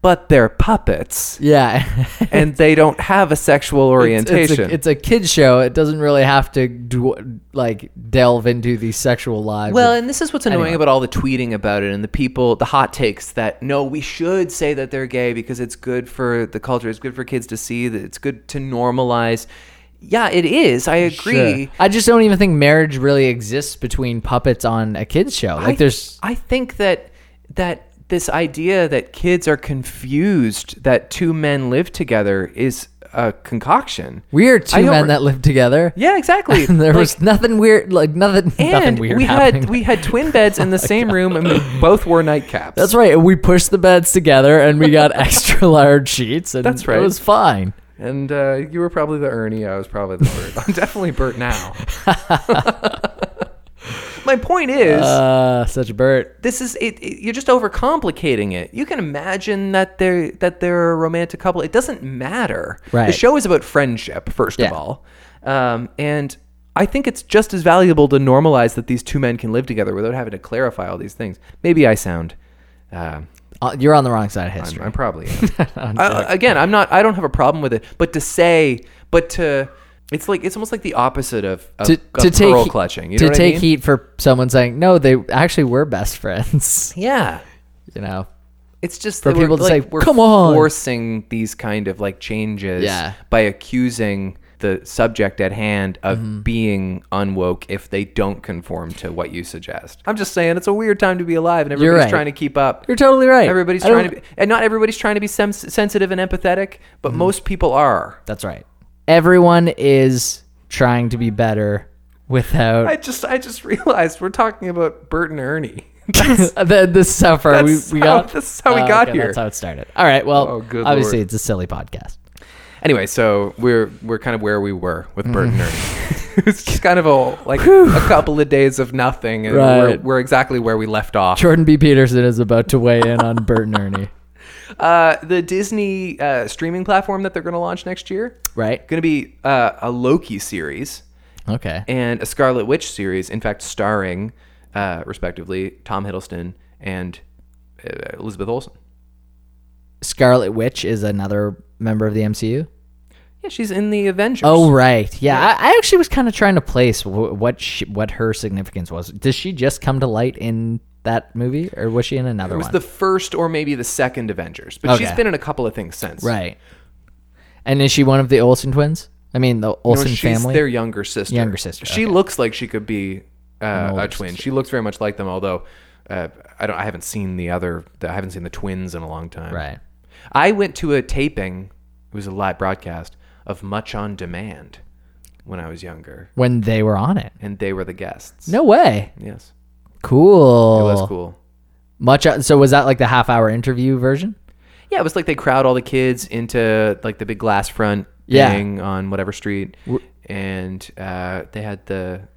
A: but they're puppets
B: yeah
A: and they don't have a sexual
B: It's- it's
A: orientation.
B: a, it's a kid show it doesn't really have to do, like delve into the sexual lives
A: well,
B: of-
A: and this is what's annoying
B: Anyway.
A: about all the tweeting about it and the people, the hot takes that no, we should say that they're gay because it's good for the culture, it's good for kids to see, that it's good to normalize. Yeah, it is. I agree.
B: Sure. I just don't even think marriage really exists between puppets on a kids show
A: I-
B: like there's
A: I think that that this idea that kids are confused that two men live together is a concoction.
B: we are
A: I
B: two
A: don't
B: men
A: re-
B: that live together
A: Yeah, exactly.
B: and there
A: Like,
B: was nothing weird like nothing nothing
A: and
B: weird
A: we
B: happening. Oh
A: had we had twin beds in the same room and we both wore nightcaps.
B: That's right. We pushed the beds together and we got extra large sheets, and
A: That's right.
B: it was fine.
A: And uh, you were probably the Ernie. I was probably the Bert. I'm definitely Bert now. My point is,
B: Uh, such a Bert.
A: this is it, it- You're just overcomplicating it. You can imagine that they're that they're a romantic couple. It doesn't matter. The
B: Right.
A: show is about friendship, first of
B: Yeah.
A: all, um, and I think it's just as valuable to normalize that these two men can live together without having to clarify all these things. Maybe I sound. Uh,
B: Uh, you're on the wrong side of history.
A: I'm probably I, again. I'm not. I don't have a problem with it. But to say, but to, it's like it's almost like the opposite of, of,
B: to
A: of
B: to take
A: pearl
B: he-
A: clutching. You
B: to
A: know what
B: take
A: I mean?
B: heat for someone saying no, they actually were best friends.
A: Yeah,
B: You know,
A: it's just
B: For
A: that we're,
B: people to
A: like,
B: say,
A: we're
B: "Come on."
A: forcing these kind of like changes
B: Yeah.
A: by accusing the subject at hand of
B: Mm-hmm.
A: being unwoke if they don't conform to what you suggest. I'm just saying it's a weird time to be alive, and everybody's
B: right.
A: trying to keep up.
B: You're totally right.
A: Everybody's
B: I don't-
A: trying to, be, and not everybody's trying to be sem- sensitive and empathetic,
B: Mm-hmm.
A: but most people are.
B: That's right. Everyone is trying to be better without
A: I just, I just realized we're talking about Bert and Ernie.
B: the, this is how far we,
A: That's
B: we
A: how-
B: got. Oh,
A: that's how we got here.
B: That's how it started. All right. Well,
A: Oh, good
B: obviously
A: lord.
B: it's a silly podcast.
A: anyway, so we're we're kind of where we were with Bert and
B: Mm-hmm.
A: Ernie. it's just kind of a like a couple of days of nothing, and we're,
B: Right.
A: we're exactly where we left off.
B: Jordan B. Peterson is about to weigh in on Bert and Ernie.
A: Uh, the Disney uh, streaming platform that they're going to launch next year,
B: Right.
A: going to be uh, a Loki series
B: Okay.
A: and a Scarlet Witch series. In fact, starring uh, respectively Tom Hiddleston and uh, Elizabeth Olsen.
B: Scarlet Witch is another member of the MCU.
A: Yeah, she's in the Avengers.
B: Oh right, yeah. I, I actually was kind of trying to place wh- what she, what her significance was. Does she just come to light in that movie, or was she in another
A: it was
B: one?
A: the first or maybe the second Avengers, but she's
B: Okay.
A: been in a couple of things since.
B: right. And is she one of the Olsen twins? I mean, the Olsen
A: she's
B: family.
A: their younger sister.
B: Younger sister,
A: She
B: okay.
A: looks like she could be uh,
B: older
A: a twin. She looks very much like them, although uh, I don't. I haven't seen the other. I haven't seen the twins in a long time.
B: Right.
A: I went to a taping. It was a live broadcast of Much on Demand when I was younger,
B: When they were on it.
A: and they were the guests.
B: No way.
A: Yes,
B: Cool.
A: it was cool.
B: Much. uh, So was that like the half hour interview version?
A: Yeah, it was like they crowd all the kids into like the big glass front
B: Yeah.
A: thing on whatever street, and uh, they had the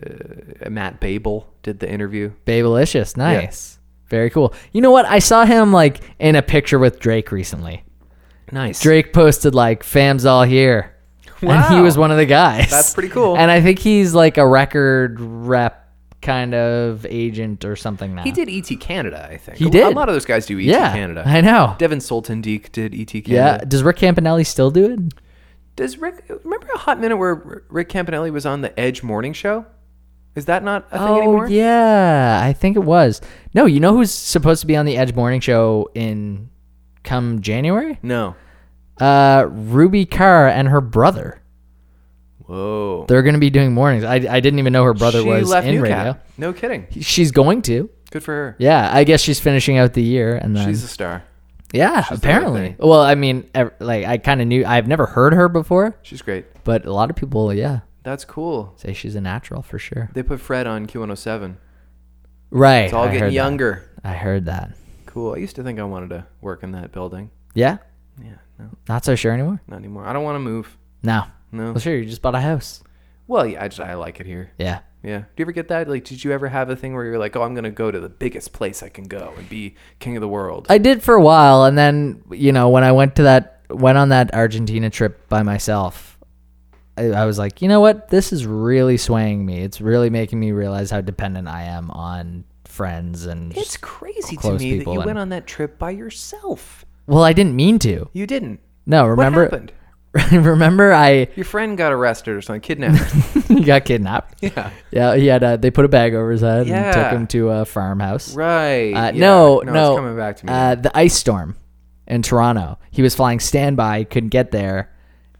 A: uh, Matt Babel did the interview.
B: Babelicious. Nice. Very cool. You know what? I saw him like in a picture with Drake recently.
A: Nice.
B: Drake posted like "Fam's all here," and he
A: Wow.
B: was one of the guys.
A: That's pretty cool.
B: And I think he's like a record rep kind of agent or something now.
A: He did ET Canada, I think.
B: He
A: A- A
B: did.
A: lot of those guys do ET
B: Yeah,
A: Canada.
B: I know.
A: Devin Soltendeek did ET Canada.
B: yeah. Does Rick Campanelli still do it?
A: Does Rick remember a hot minute where R- Rick Campanelli was on the Edge morning show? Is that not a thing
B: oh
A: anymore?
B: yeah, I think it was. No, you know who's supposed to be on the Edge Morning Show in come January?
A: No.
B: Uh, Ruby Carr and her brother.
A: Whoa.
B: They're going to be doing mornings. I, I didn't even know her brother
A: she
B: was
A: left
B: in
A: NewCap.
B: radio.
A: No kidding.
B: She's going to.
A: Good for her.
B: Yeah, I guess she's finishing out the year and then
A: She's a star.
B: Yeah, apparently.
A: thing.
B: Well, I mean, ev- like I kind of knew. I've never heard her before,
A: She's great.
B: but a lot of people, yeah,
A: That's cool.
B: say she's a natural for sure.
A: They put Fred on Q107.
B: Right.
A: It's all
B: I heard
A: getting
B: that.
A: younger.
B: I heard that.
A: Cool. I used to think I wanted to work in that building.
B: Yeah.
A: Yeah, no,
B: Not so sure anymore.
A: not anymore. I don't want to move.
B: No.
A: No.
B: Well, sure. You just bought a house.
A: Well, yeah, I just I like it here.
B: Yeah.
A: Yeah. Do you ever get that? Like, did you ever have a thing where you're like, oh, I'm going to go to the biggest place I can go and be king of the world?
B: I did for a while, and then you know when I went to that went on that Argentina trip by myself, I, I was like, you know what, this is really swaying me. It's really making me realize how dependent I am on friends and.
A: it's
B: just-
A: crazy to
B: close
A: me that
B: people
A: you
B: in.
A: went on that trip by yourself.
B: well, I didn't mean to.
A: You didn't.
B: No, remember.
A: What happened?
B: remember, I
A: Your friend got arrested or something, kidnapped.
B: he got kidnapped.
A: yeah.
B: Yeah, he had. Uh, they put a bag over his head and took
A: Yeah.
B: him to a farmhouse.
A: Right.
B: Uh,
A: yeah.
B: No, no,
A: no. It's coming back to me.
B: Uh, the ice storm in Toronto. He was flying standby, couldn't get there,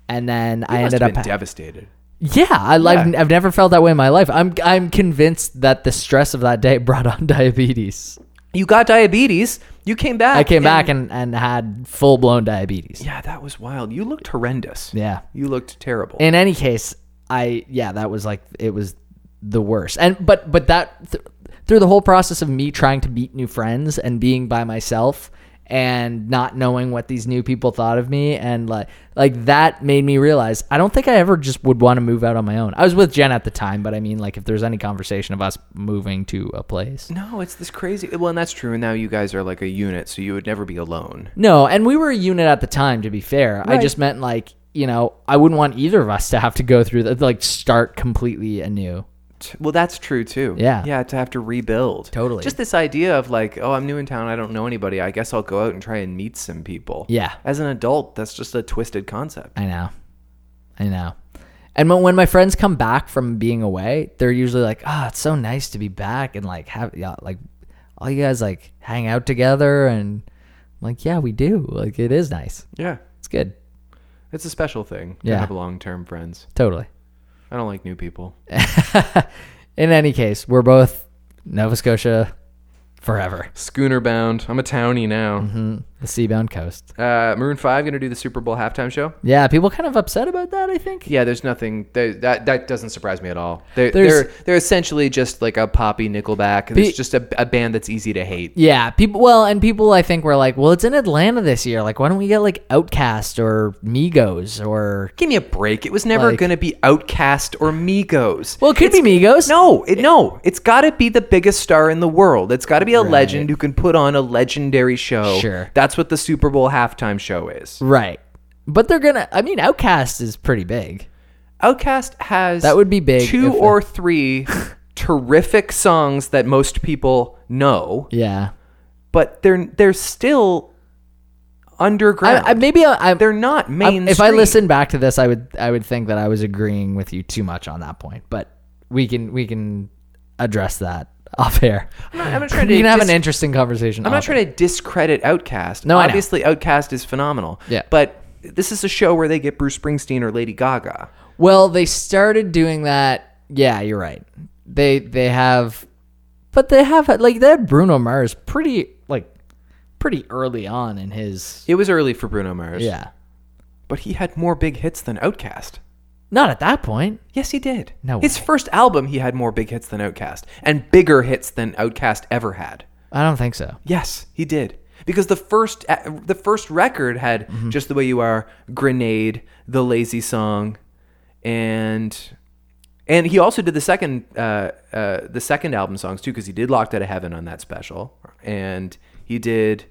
B: and then I
A: I must
B: ended
A: ended
B: up.
A: been devastated.
B: yeah, I, I've, I've never felt that way in my life. I'm I'm convinced that the stress of that day brought on diabetes.
A: You got diabetes. You came back.
B: I came back and and had full blown diabetes.
A: Yeah, that was wild. You looked horrendous.
B: yeah.
A: You looked terrible.
B: in any case i yeah that was like it was the worst and but but that th- through the whole process of me trying to meet new friends and being by myself and not knowing what these new people thought of me and like like that made me realize i don't think i ever just would want to move out on my own i was with jen at the time but i mean like if there's any conversation of us moving to a place
A: no, it's this crazy. Well, and that's true. And now you guys are like a unit, so you would never be alone.
B: no and we were a unit at the time to be fair i just meant like you know i wouldn't want either of us to have to go through that like start completely anew
A: T- Well, that's true too.
B: Yeah.
A: Yeah, to have to rebuild.
B: Totally.
A: Just this idea of like, oh, I'm new in town. I don't know anybody. I guess I'll go out and try and meet some people.
B: Yeah.
A: As an adult, that's just a twisted concept.
B: I know. I know. And when- when my friends come back from being away, they're usually like, "Ah, it's so nice to be back and like have yeah, like all you guys like hang out together." And I'm like, "Yeah, we do. Like it is nice.
A: Yeah.
B: It's good."
A: It's a special thing
B: Yeah.
A: to have long term friends.
B: Totally.
A: I don't like new people.
B: In any case, we're both Nova Scotia forever.
A: Schooner bound. I'm a townie now.
B: The seabound coast.
A: Uh, Maroon Five gonna do the Super Bowl halftime show.
B: Yeah, people kind of upset about that, I think.
A: Yeah, there's nothing they, that that doesn't surprise me at all. They're
B: There's-
A: they're, they're essentially just like a poppy Nickelback. It's
B: Be-
A: just a, a band that's easy to hate.
B: Yeah, people well, and people I think were like, "Well, it's in Atlanta this year. Like, why don't we get like Outcast or Migos or
A: Give me a break. It was never
B: Like-
A: gonna be Outcast or Migos.
B: Well, it could be Migos.
A: No, it, no, it's got to be the biggest star in the world. It's got to be a legend who can put on a legendary show.
B: Sure.
A: that's what the Super Bowl halftime show is.
B: Right. But they're going to I mean, Outcast is pretty big.
A: Outcast has
B: That would be big
A: Two
B: if-
A: or three terrific songs that most people know,
B: Yeah.
A: but they're they're still
B: I,
A: underground.
B: I maybe I, I
A: they're not mainstream.
B: I- if I listen back to this, I would I would think that I was agreeing with you too much on that point. But we can we can address that off air.
A: I'm not, I'm not
B: We
A: trying to.
B: can have an
A: dis-
B: interesting conversation.
A: I'm not trying to discredit Outcast.
B: No, I know.
A: obviously Outcast is phenomenal.
B: Yeah.
A: but this is a show where they get Bruce Springsteen or Lady Gaga.
B: Well, they started doing that. Yeah, you're right. They they have, but they have like they had Bruno Mars pretty like pretty early on in his
A: It was early for Bruno Mars.
B: yeah.
A: But he had more big hits than Outkast.
B: Not at that point.
A: Yes, he did.
B: No
A: His
B: way.
A: first album, he had more big hits than Outkast and bigger hits than Outkast ever had.
B: I don't think so.
A: Yes, he did. Because the first uh, the first record had just the way you are, Grenade, The Lazy Song, and and he also did the second uh, uh, the second album songs too because he did Locked Out of Heaven on that special and he did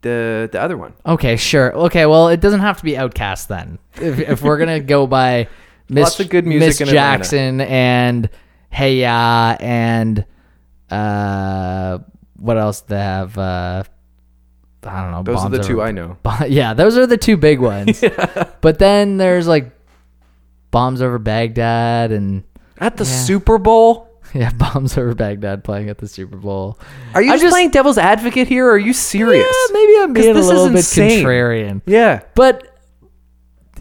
A: the the other one.
B: Okay, sure. Okay, well, it doesn't have to be Outcast then. If, if we're gonna go by Miss,
A: Lots of good music
B: Miss
A: in Atlanta.
B: Jackson and Hey Ya and uh, what else do they have? Uh, I don't know.
A: Those are
B: Bonzo-
A: the two I know.
B: Bo- yeah, those are the two big ones. But then there's like bombs over Baghdad and
A: At the Super Bowl.
B: yeah, bombs over Baghdad playing at the Super Bowl.
A: Are you
B: I
A: just,
B: just-
A: playing devil's advocate here? Or are you serious?
B: Yeah, maybe I'm
A: 'Cause
B: being a
A: this is
B: little bit
A: insane.
B: contrarian.
A: Yeah.
B: But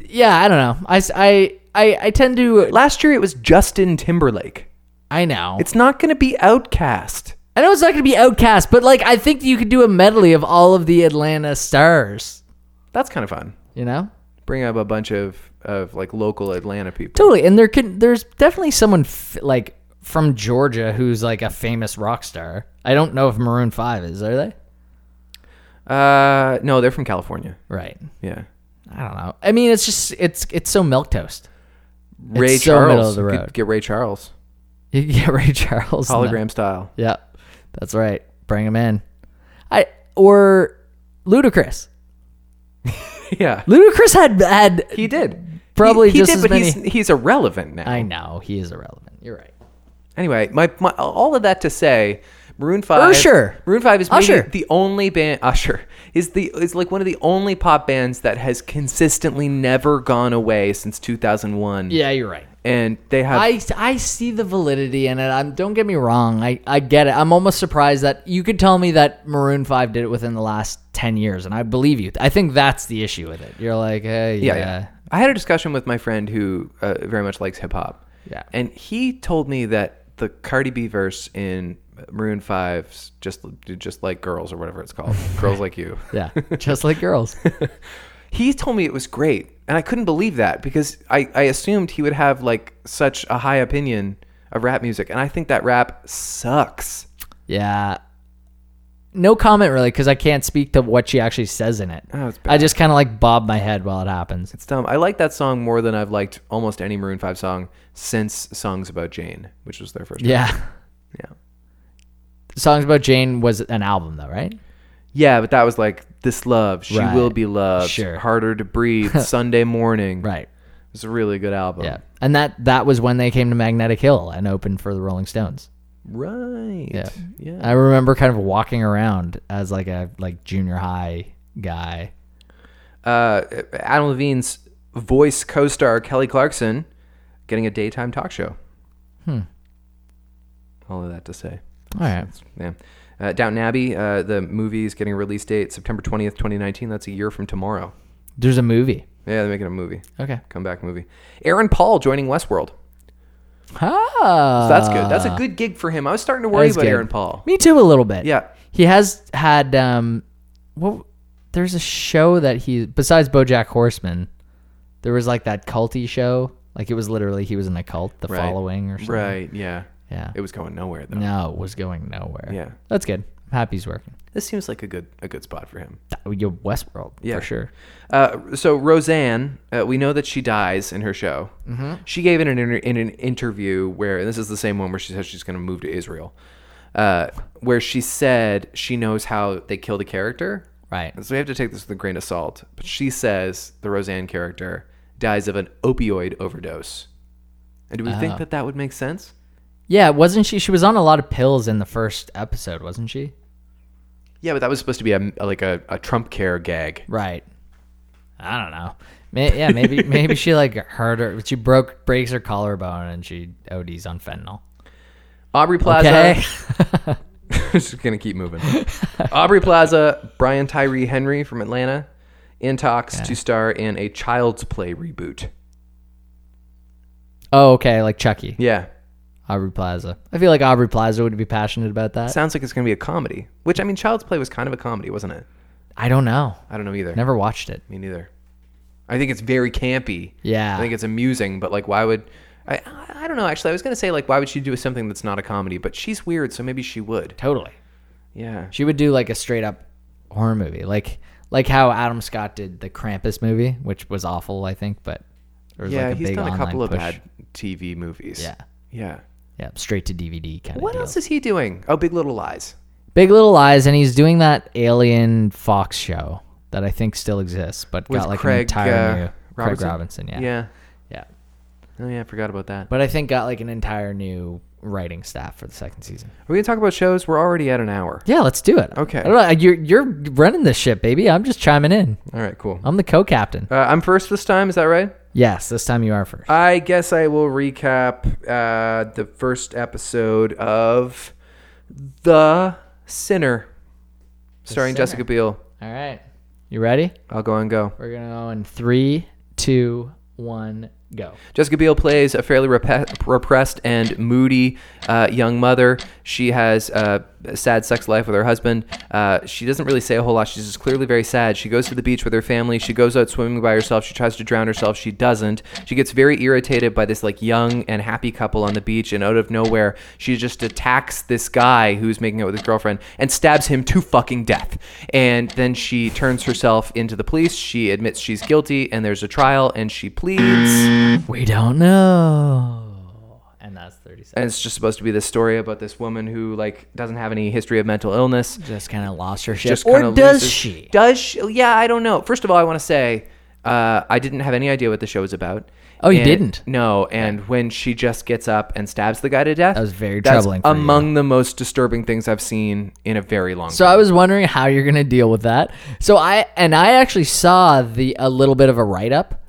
B: yeah, I don't know. I, s- I, I, I tend to.
A: Last year it was Justin Timberlake.
B: I know.
A: It's not going to be Outcast.
B: I know it's not going to be Outcast, but like I think you could do a medley of all of the Atlanta stars.
A: That's kind of fun.
B: You know,
A: Bring up a bunch of of like local Atlanta people.
B: totally. And there can there's definitely someone f- like from Georgia who's like a famous rock star. I don't know if Maroon Five is. Are they?
A: Uh, no, they're from California.
B: Right.
A: Yeah.
B: I don't know. I mean, it's just it's it's so milk toast.
A: Ray
B: It's so
A: Charles.
B: middle of the
A: You could
B: road.
A: Get Ray Charles.
B: You get Ray Charles in
A: Hologram style.
B: there. Yeah, that's right. Bring him in. I or Ludacris.
A: yeah.
B: Ludacris had had
A: He did.
B: Probably
A: he, he
B: just
A: did,
B: as
A: but
B: many-
A: he's he's irrelevant now.
B: I know he is irrelevant. You're right.
A: Anyway, my, my all of that to say, Maroon Five.
B: Usher.
A: Maroon Five is
B: Usher.
A: maybe the only band. Usher is the is like one of the only pop bands that has consistently never gone away since two thousand one.
B: Yeah, you're right.
A: and they have.
B: I, I see the validity in it. I'm, don't get me wrong. I, I get it. I'm almost surprised that you could tell me that Maroon 5 did it within the last 10 years, and I believe you. I think that's the issue with it. You're like, hey, yeah.
A: yeah, yeah. I had a discussion with my friend who uh, very much likes hip hop.
B: Yeah.
A: and he told me that the Cardi B verse in Maroon 5's just just like girls or whatever it's called, girls like you.
B: Yeah. Just like girls.
A: he told me it was great and i couldn't believe that because I, I assumed he would have like such a high opinion of rap music and i think that rap sucks
B: Yeah. No comment, really, because I can't speak to what she actually says in it.
A: Oh, it's bad.
B: I just kind of like bob my head while it happens.
A: it's dumb i like that song more than i've liked almost any maroon 5 song since songs about jane which was their first
B: Yeah.
A: Yeah.
B: Songs about Jane was an album, though, right?
A: yeah but that was like this love she
B: Right.
A: will be loved
B: Sure.
A: harder to breathe sunday morning
B: Right.
A: it's a really good album
B: Yeah. And that that was when they came to Magnetic Hill and opened for the Rolling Stones.
A: right
B: Yeah.
A: yeah
B: I remember kind of walking around as like a like junior high guy.
A: uh, Adam Levine's voice co-star Kelly Clarkson getting a daytime talk show. Hmm. All of that to say,
B: All right.
A: yeah. Uh, Downton Abbey, uh, the movie is getting a release date September twentieth, twenty nineteen. That's a year from tomorrow.
B: There's a movie.
A: Yeah, they're making a movie,
B: Okay.
A: comeback movie. Aaron Paul joining Westworld.
B: Ah,
A: So that's good. That's a good gig for him. I was starting to worry
B: That's
A: about
B: Ah. good.
A: Aaron Paul.
B: Me too, a little bit.
A: Yeah.
B: he has had um, what? There's a show that he besides BoJack Horseman, there was like that culty show. Like it was literally he was in a cult, The
A: Right.
B: Following or something.
A: Right. Yeah.
B: Yeah.
A: It was going nowhere though.
B: no, it was going nowhere.
A: Yeah.
B: That's good. I'm happy he's working.
A: This seems like a good a good spot for him.
B: That would go Westworld
A: Yeah.
B: for sure.
A: Uh, so Roseanne, uh, we know that she dies in her show. She gave in an inter- in an interview where and this is the same one where she says she's going to move to Israel, uh, where she said she knows how they killed a character.
B: Right.
A: So we have to take this with a grain of salt. But she says the Roseanne character dies of an opioid overdose. And do we think that that would make sense?
B: Yeah, wasn't she? She was on a lot of pills in the first episode, wasn't she?
A: Yeah, but that was supposed to be a like a, a Trump care gag.
B: Right. I don't know. May, yeah, maybe maybe she like hurt her. She broke breaks her collarbone and she ODs on fentanyl.
A: Aubrey Plaza.
B: Okay.
A: just gonna keep moving. Aubrey Plaza, Brian Tyree Henry from Atlanta, in talks to star in a Child's Play reboot.
B: oh, okay. Like Chucky,
A: Yeah,
B: Aubrey Plaza. I feel like Aubrey Plaza would be passionate about that.
A: sounds like it's gonna be a comedy. Which I mean, Child's Play was kind of a comedy, wasn't it?
B: I don't know.
A: I don't know either.
B: Never watched it.
A: Me neither. I think it's very campy.
B: Yeah.
A: I think it's amusing, but like, why would? I I don't know. Actually, I was gonna say like, why would she do something that's not a comedy? But she's weird, so maybe she would.
B: Totally.
A: Yeah.
B: She would do like a straight up horror movie, like like how Adam Scott did the Krampus movie, which was awful, I think. But there was
A: Yeah,
B: like a
A: he's
B: big
A: done a
B: online
A: couple of
B: push.
A: bad TV movies.
B: Yeah.
A: Yeah.
B: Yeah, straight to DVD kind
A: What
B: of deal.
A: else is he doing? Oh, Big Little Lies.
B: Big Little Lies, and he's doing that Alien Fox show that I think still exists, but
A: With
B: got like an
A: Craig,
B: entire
A: uh,
B: new
A: Robertson?
B: Craig Robinson. Yeah.
A: yeah.
B: yeah,
A: Oh yeah, I forgot about that.
B: But I think got like an entire new writing staff for the second season.
A: Are we gonna talk about shows? We're already at an hour.
B: Yeah, let's do it.
A: Okay.
B: I don't know, you're you're running this ship, baby. I'm just chiming in.
A: All right, cool.
B: I'm the co-captain.
A: Uh, I'm first this time. Is that right?
B: Yes, this time you are first.
A: I guess I will recap uh, the first episode of The Sinner, starring
B: Sinner.
A: Jessica Biel.
B: All right, you ready?
A: I'll go and go.
B: We're gonna go in three, two, one, go.
A: Jessica Biel plays a fairly repe- repressed and moody uh, young mother. She has uh, a sad sex life with her husband. Uh, she doesn't really say a whole lot. She's just clearly very sad. She goes to the beach with her family. She goes out swimming by herself. She tries to drown herself. She doesn't. She gets very irritated by this like young and happy couple on the beach, and out of nowhere, she just attacks this guy who's making out with his girlfriend and stabs him to fucking death. And then she turns herself into the police. She admits she's guilty, and there's a trial, and she pleads.
B: We don't know. And that's thirty seconds.
A: and it's just supposed to be this story about this woman who like doesn't have any history of mental illness.
B: Just kind of lost her ship.
A: Just
B: or
A: kinda
B: does
A: loses-
B: she?
A: Does she? Yeah, I don't know. First of all, I want to say uh, I didn't have any idea what the show was about.
B: Oh, you
A: And-
B: didn't?
A: No. And when she just gets up and stabs the guy to death, that
B: was very troubling for you.
A: among the most disturbing things I've seen in a very long.
B: So I was wondering how you're gonna deal with that. So I and I actually saw the a little bit of a write up,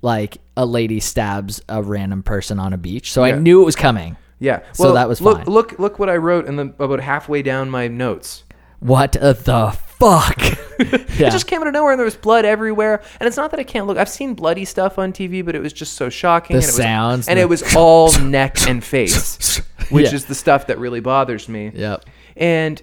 B: like a lady stabs a random person on a beach. So I knew it was coming.
A: Yeah.
B: So that was
A: look,
B: fine.
A: look, look what I wrote in the about halfway down my notes.
B: What the fuck? yeah.
A: It just came out of nowhere, and there was blood everywhere. And it's not that I can't look. I've seen bloody stuff on TV, but it was just so shocking.
B: The
A: and it was,
B: sounds,
A: and
B: the-
A: it was all neck and face, which
B: Yeah.
A: is the stuff that really bothers me.
B: Yep.
A: And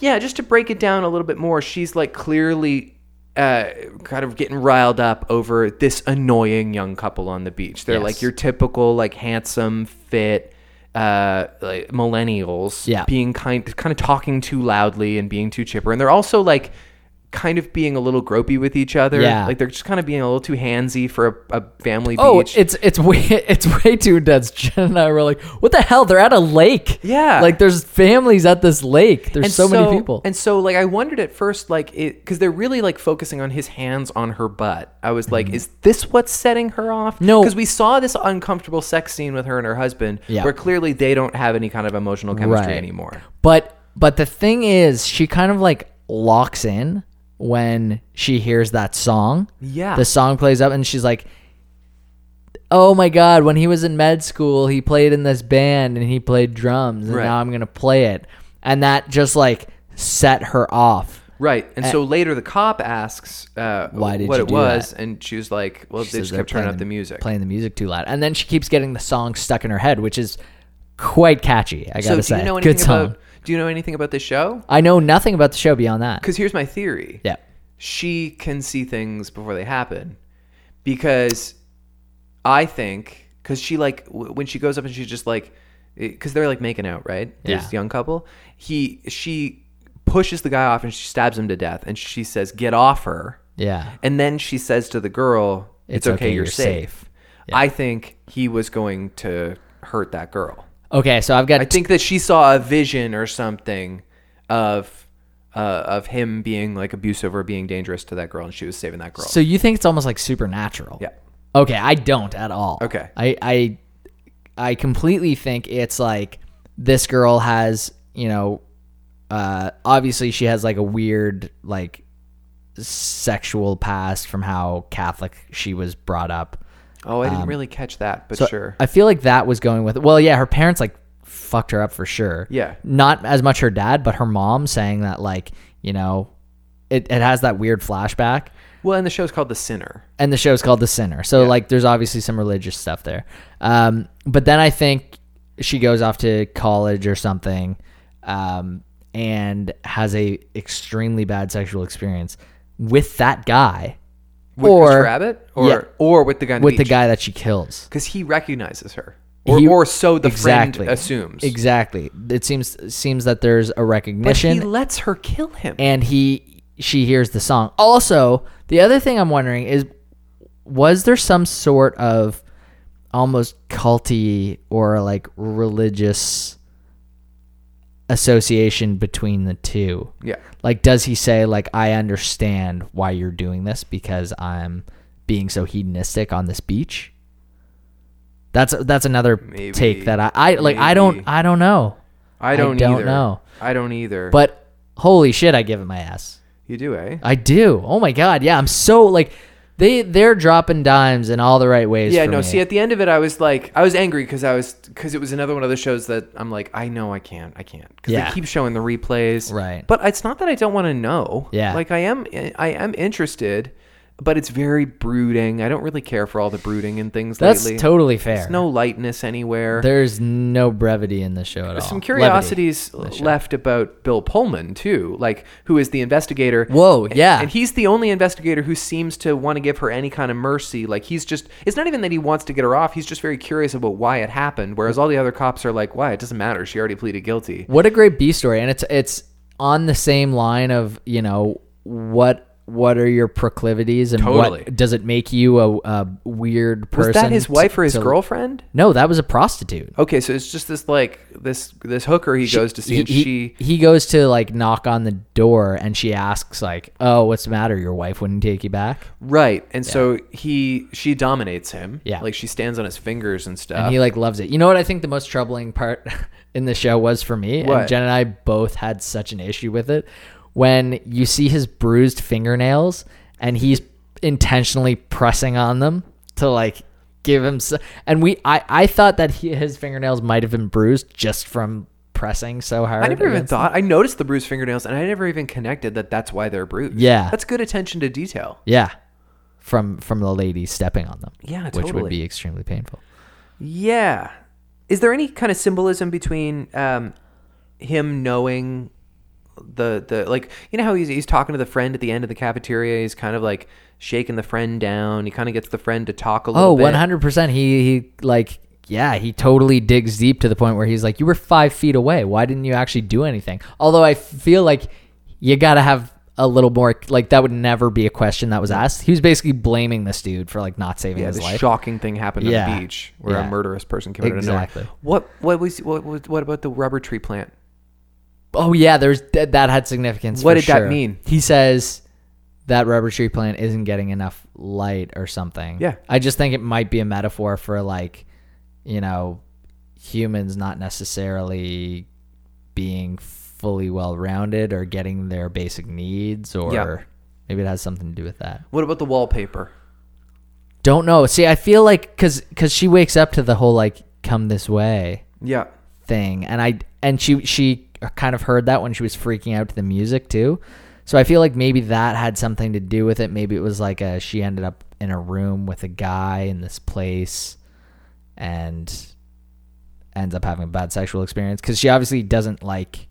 A: yeah, just to break it down a little bit more, she's like clearly uh, kind of getting riled up over this annoying young couple on the beach. They're
B: Yes.
A: like your typical like handsome, fit uh like millennials
B: Yeah.
A: being kind kind of talking too loudly and being too chipper and they're also like kind of being a little gropey with each other
B: Yeah.
A: like they're just kind of being a little too handsy for a, a family
B: Oh,
A: beach
B: it's it's way it's way too intense. Jen and I were like, "What the hell? They're at a lake."
A: Yeah.
B: like there's families at this lake. There's so, many people.
A: And so, like, I wondered at first, like, it because they're really like focusing on his hands on her butt. I was like, is this what's setting her off?
B: Mm-hmm. No.
A: because we saw this uncomfortable sex scene with her and her husband,
B: Yeah.
A: where clearly they don't have any kind of emotional chemistry
B: Right.
A: anymore.
B: But but the thing is, she kind of like locks in when she hears that song.
A: Yeah.
B: The song plays up and she's like, "Oh my god, when he was in med school, he played in this band and he played drums and
A: Right.
B: now I'm going to play it." And that just like set her off.
A: Right. And so later the cop asks uh,
B: Why did
A: what
B: you
A: it
B: do
A: was, and she was like, well, they
B: says
A: just
B: they're
A: kept turning
B: playing
A: up the music.
B: playing the music too loud, and then she keeps getting the song stuck in her head, which is quite catchy. I
A: So
B: gotta
A: do
B: say,
A: you know anything
B: good song.
A: about do you know anything about this show?
B: I know nothing about the show beyond that.
A: Because here's my theory.
B: Yeah,
A: She can see things before they happen. Because I think because she like w- when she goes up and she's just like because they're like making out right
B: Yeah.
A: this young couple he she pushes the guy off and she stabs him to death and she says get off her
B: yeah,
A: And then she says to the girl, "It's, okay, you're, safe." I think he was going to hurt that girl.
B: Okay, so I've got.
A: I think that she saw a vision or something of uh, of him being like abusive or being dangerous to that girl, and she was saving that girl.
B: so you think it's almost like supernatural?
A: yeah,
B: Okay, I don't at all.
A: Okay.
B: I I I completely think it's like this girl has, you know, uh obviously she has like a weird like sexual past from how Catholic she was brought up.
A: Oh, I didn't really catch that, but
B: Um, So
A: sure.
B: I feel like that was going with Well, yeah, her parents like fucked her up for sure.
A: Yeah.
B: Not as much her dad, but her mom saying that like, you know, it, it has that weird flashback
A: well, and the show's called The Sinner.
B: and the show's called The Sinner. So like, there's obviously some religious stuff there. Um, but then I think she goes off to college or something, um, and has a extremely bad sexual experience with that guy
A: With
B: Or-
A: Chris Rabbit, or
B: yeah.
A: or with the guy on
B: with
A: the
B: the guy that she kills.
A: because he recognizes her, or,
B: He-
A: or so the
B: Exactly.
A: friend assumes.
B: Exactly. It seems seems that there's a
A: But he
B: recognition,
A: lets her kill him.
B: and he she hears the song. Also, the other thing I'm wondering is, was there some sort of almost culty or like religious association between the two?
A: yeah,
B: Like, does he say like I understand why you're doing this because I'm being so hedonistic on this beach? That's that's another
A: Maybe.
B: take that I, I like. I don't
A: Maybe.
B: I don't know.
A: I don't,
B: don't
A: either.
B: know.
A: I don't either.
B: But holy shit, I give it my ass.
A: you do, eh?
B: I do. Oh my god, yeah. I'm so like they they're dropping dimes in all the right ways.
A: Yeah,
B: for
A: no.
B: me.
A: See, at the end of it, I was like, I was angry because I was because it was another one of the shows that I'm like, I know I can't, I can't because
B: Yeah.
A: they keep showing the replays,
B: Right.
A: But it's not that I don't want to know.
B: Yeah.
A: like I am, I am interested, but it's very brooding. I don't really care for all the brooding and things
B: that's
A: lately.
B: totally fair.
A: There's no lightness anywhere.
B: There's no brevity in the show at all.
A: Some
B: Levity.
A: curiosities left about Bill Pullman too, like who is the investigator.
B: Whoa, yeah.
A: And he's the only investigator who seems to want to give her any kind of mercy. Like he's just it's not even that he wants to get her off, he's just very curious about why it happened, whereas all the other cops are like, Why? It doesn't matter. She already pleaded guilty.
B: What a great B story, and it's it's on the same line of you know what what are your proclivities and
A: Totally.
B: what does it make you a, a weird person?
A: Was that his
B: to-
A: wife or his
B: to-
A: girlfriend?
B: No, that was a prostitute.
A: Okay, so it's just this like this this hooker he goes to see and
B: he,
A: she
B: he goes to like knock on the door and she asks like, "Oh, what's the matter? Your wife wouldn't take you back?"
A: Right. And so he she dominates him.
B: Yeah.
A: Like she stands on his fingers and stuff.
B: And he like loves it. You know what I think the most troubling part in the show was for me,
A: What?
B: and Jen and I both had such an issue with it. When you see his bruised fingernails and he's intentionally pressing on them to like give him s- and we I I thought that he, his fingernails might have been bruised just from pressing so hard.
A: I never even
B: against-
A: thought. I noticed the bruised fingernails, and I never even connected that that's why they're bruised.
B: Yeah.
A: that's good attention to detail.
B: Yeah. From from the lady stepping on them.
A: Yeah,
B: Which would
A: totally.
B: be extremely painful.
A: Yeah, is there any kind of symbolism between um, him knowing the the like you know how he's he's talking to the friend at the end of the cafeteria? He's kind of like shaking the friend down. He kind of gets the friend to talk a little.
B: Oh,
A: bit.
B: 100%. He, he, like, yeah, he totally digs deep to the point where he's like, you were five feet away. Why didn't you actually do anything? Although I feel like you got to have a little more, like, that would never be a question that was asked. He was basically blaming this dude for, like, not saving
A: Yeah,
B: his
A: this
B: life.
A: shocking thing happened on
B: Yeah.
A: the beach where
B: Yeah.
A: a murderous person committed a
B: Exactly.
A: knife. What what was what was what about the rubber tree plant?
B: Oh, yeah, there's that, that had significance.
A: What
B: for
A: did that
B: sure.
A: mean?
B: He says that rubber tree plant isn't getting enough light or something.
A: Yeah.
B: I just think it might be a metaphor for, like, you know, humans not necessarily being fully well rounded or getting their basic needs, or
A: Yeah.
B: maybe it has something to do with that.
A: What about the wallpaper?
B: Don't know. See, I feel like because cause she wakes up to the whole, like, come this way
A: Yeah.
B: thing and i and she she kind of heard that when she was freaking out to the music too So I feel like maybe that had something to do with it. Maybe it was like a, she ended up in a room with a guy in this place and ends up having a bad sexual experience because she obviously doesn't like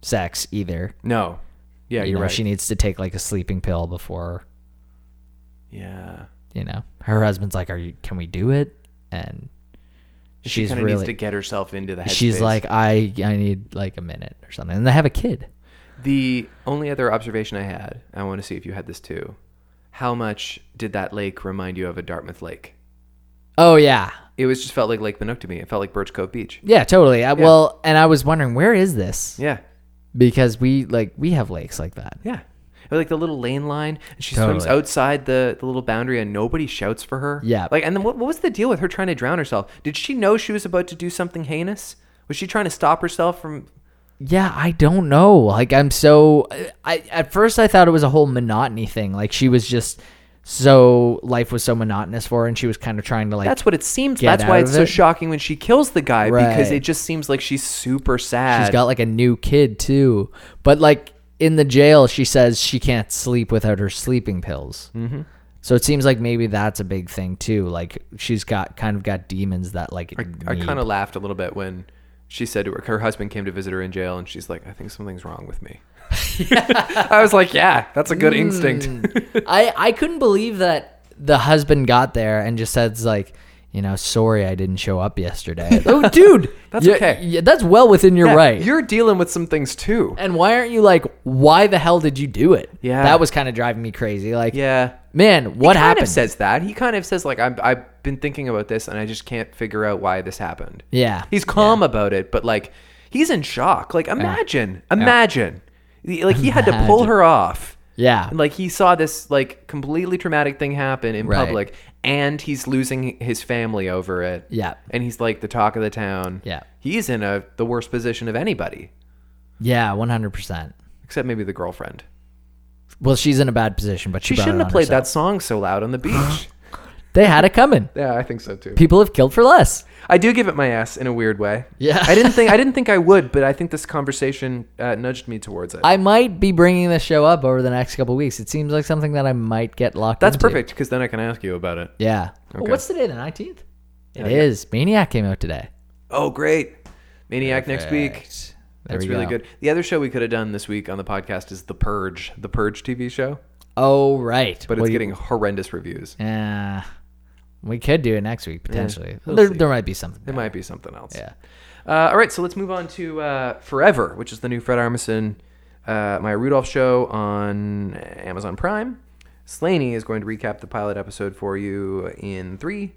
B: sex either.
A: No. Yeah,
B: you
A: you're
B: know,
A: right.
B: She needs to take like a sleeping pill before,
A: yeah.
B: you know, her husband's like, "Are you? Can we do it?" And
A: She
B: she's
A: kind of
B: really
A: needs to get herself into the headspace.
B: she's like, "I I need like a minute or something." And they have a kid.
A: The only other observation I had, I want to see if you had this too. How much did that lake remind you of a Dartmouth lake?
B: Oh yeah,
A: It was just felt like Lake Minnook to me. It felt like Birch Cove Beach.
B: yeah, totally. I, Well, and I was wondering where is this
A: Yeah,
B: because we like we have lakes like that.
A: yeah. Or like the little lane line, and she swims
B: Totally.
A: outside the, the little boundary, and nobody shouts for her.
B: Yeah.
A: Like, and then what, what was the deal with her trying to drown herself? Did she know she was about to do something heinous? Was she trying to stop herself from?
B: Yeah, I don't know. Like I'm so uh, I at first I thought it was a whole monotony thing. Like she was just so life was so monotonous for her and she was kind of trying to like
A: That's what it seems.
B: Get
A: That's why
B: out
A: it's
B: of
A: so
B: it.
A: shocking when she kills the guy because
B: Right.
A: it just seems like she's super sad.
B: she's got like a new kid too. But like in the jail she says she can't sleep without her sleeping pills. Mm-hmm. So it seems like maybe that's a big thing too. Like she's got kind of got demons that like
A: I
B: need-
A: kind of laughed a little bit when she said to her, her husband came to visit her in jail, and she's like, "I think something's wrong with me." I was like, "Yeah, that's a good instinct."
B: I I couldn't believe that the husband got there and just says like, you know, sorry I didn't show up yesterday. oh, dude,
A: That's
B: yeah,
A: okay.
B: yeah, that's well within your
A: Yeah,
B: right. Uh,
A: You're dealing with some things too.
B: and why aren't you like, why the hell did you do it?
A: Yeah.
B: that was kind of driving me crazy. Like,
A: Yeah.
B: man,
A: he
B: what
A: Kind
B: happened?
A: of says that he kind of says like, I'm, "I've been thinking about this, and I just can't figure out why this happened."
B: yeah,
A: He's calm about it, but like, he's in shock. Like, imagine, imagine, The- like he had to pull
B: Imagine.
A: her off.
B: yeah,
A: And, like he saw this like completely traumatic thing happen in
B: Right.
A: public and he's losing his family over it
B: Yeah.
A: and he's like the talk of the town
B: Yeah.
A: he's in a the worst position of anybody
B: yeah, one hundred percent.
A: except maybe the girlfriend
B: Well, she's in a bad position, but
A: she
B: she,
A: shouldn't have played
B: played
A: that song so loud on the beach
B: that. They had it coming.
A: yeah i think so too
B: People have killed for less.
A: i do give it my ass in a weird way
B: Yeah.
A: i didn't think i didn't think i would but i think this conversation uh, nudged me towards it
B: I might be bringing this show up over the next couple weeks. It seems like something that I might get locked.
A: that's
B: into.
A: perfect because then i can ask you about it
B: Yeah.
A: Okay.
B: what's today? The nineteenth. It is. Maniac came out today.
A: oh great maniac next week
B: Perfect. There
A: That's
B: we
A: really
B: go.
A: good. The other show we could have done this week on the podcast is The Purge, the Purge TV show,
B: Oh right.
A: but
B: Well,
A: it's
B: you-
A: getting horrendous reviews.
B: Yeah. we could do it next week potentially. there,
A: see.
B: there might be something.
A: It might be something else.
B: Yeah.
A: Uh, all right, so let's move on to uh, Forever, which is the new Fred Armisen, uh, My Rudolph show on Amazon Prime. Slaney is going to recap the pilot episode for you in three,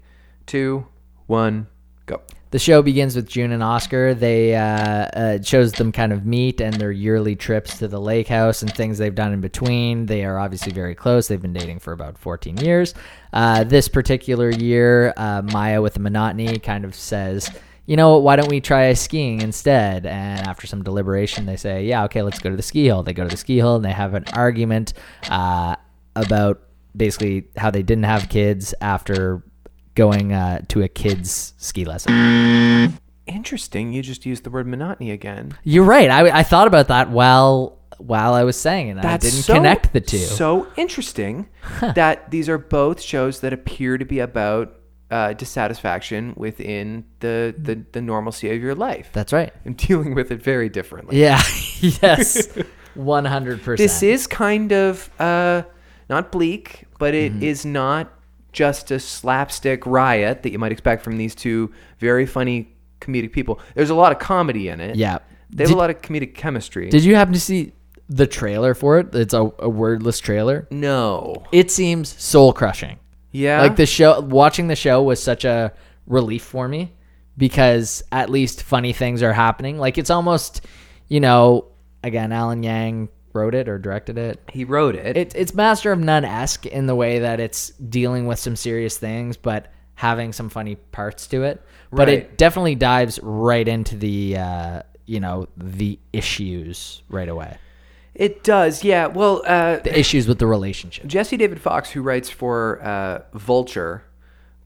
A: two, one, go.
B: The show begins with June and Oscar. They uh, uh, it shows them kind of meet and their yearly trips to the lake house and things they've done in between. They are obviously very close. They've been dating for about 14 years. Uh, this particular year, uh, Maya with the monotony kind of says, you know what, why don't we try skiing instead? And after some deliberation, they say, yeah, okay, let's go to the ski hill. They go to the ski hill and they have an argument uh, about basically how they didn't have kids after going uh, to a kid's ski lesson.
A: Interesting. You just used the word monotony again.
B: You're right. I, I thought about that while while I was saying it. I didn't
A: so-
B: connect the two.
A: So interesting that these are both shows that appear to be about uh, dissatisfaction within the, the the normalcy of your life
B: That's right.
A: and dealing with it very differently.
B: Yeah. yes. One hundred percent.
A: This is kind of uh, not bleak, but it is
B: Mm-hmm.
A: not just a slapstick riot that you might expect from these two very funny comedic people. There's a lot of comedy in it.
B: Yeah.
A: They have
B: Did-
A: a lot of comedic chemistry.
B: Did you happen to see the trailer for it? It's a, a wordless trailer.
A: no.
B: It seems soul crushing.
A: Yeah.
B: Like the show, watching the show was such a relief for me because at least funny things are happening. Like it's almost, you know, again, Alan Yang wrote it or directed it.
A: he wrote it.
B: it, it's Master of None esque in the way that it's dealing with some serious things, but having some funny parts to it.
A: Right.
B: But it definitely dives right into the uh, you know the issues right away.
A: It does. Yeah. Well, uh,
B: The issues with the relationship.
A: Jesse David Fox, who writes for uh, Vulture,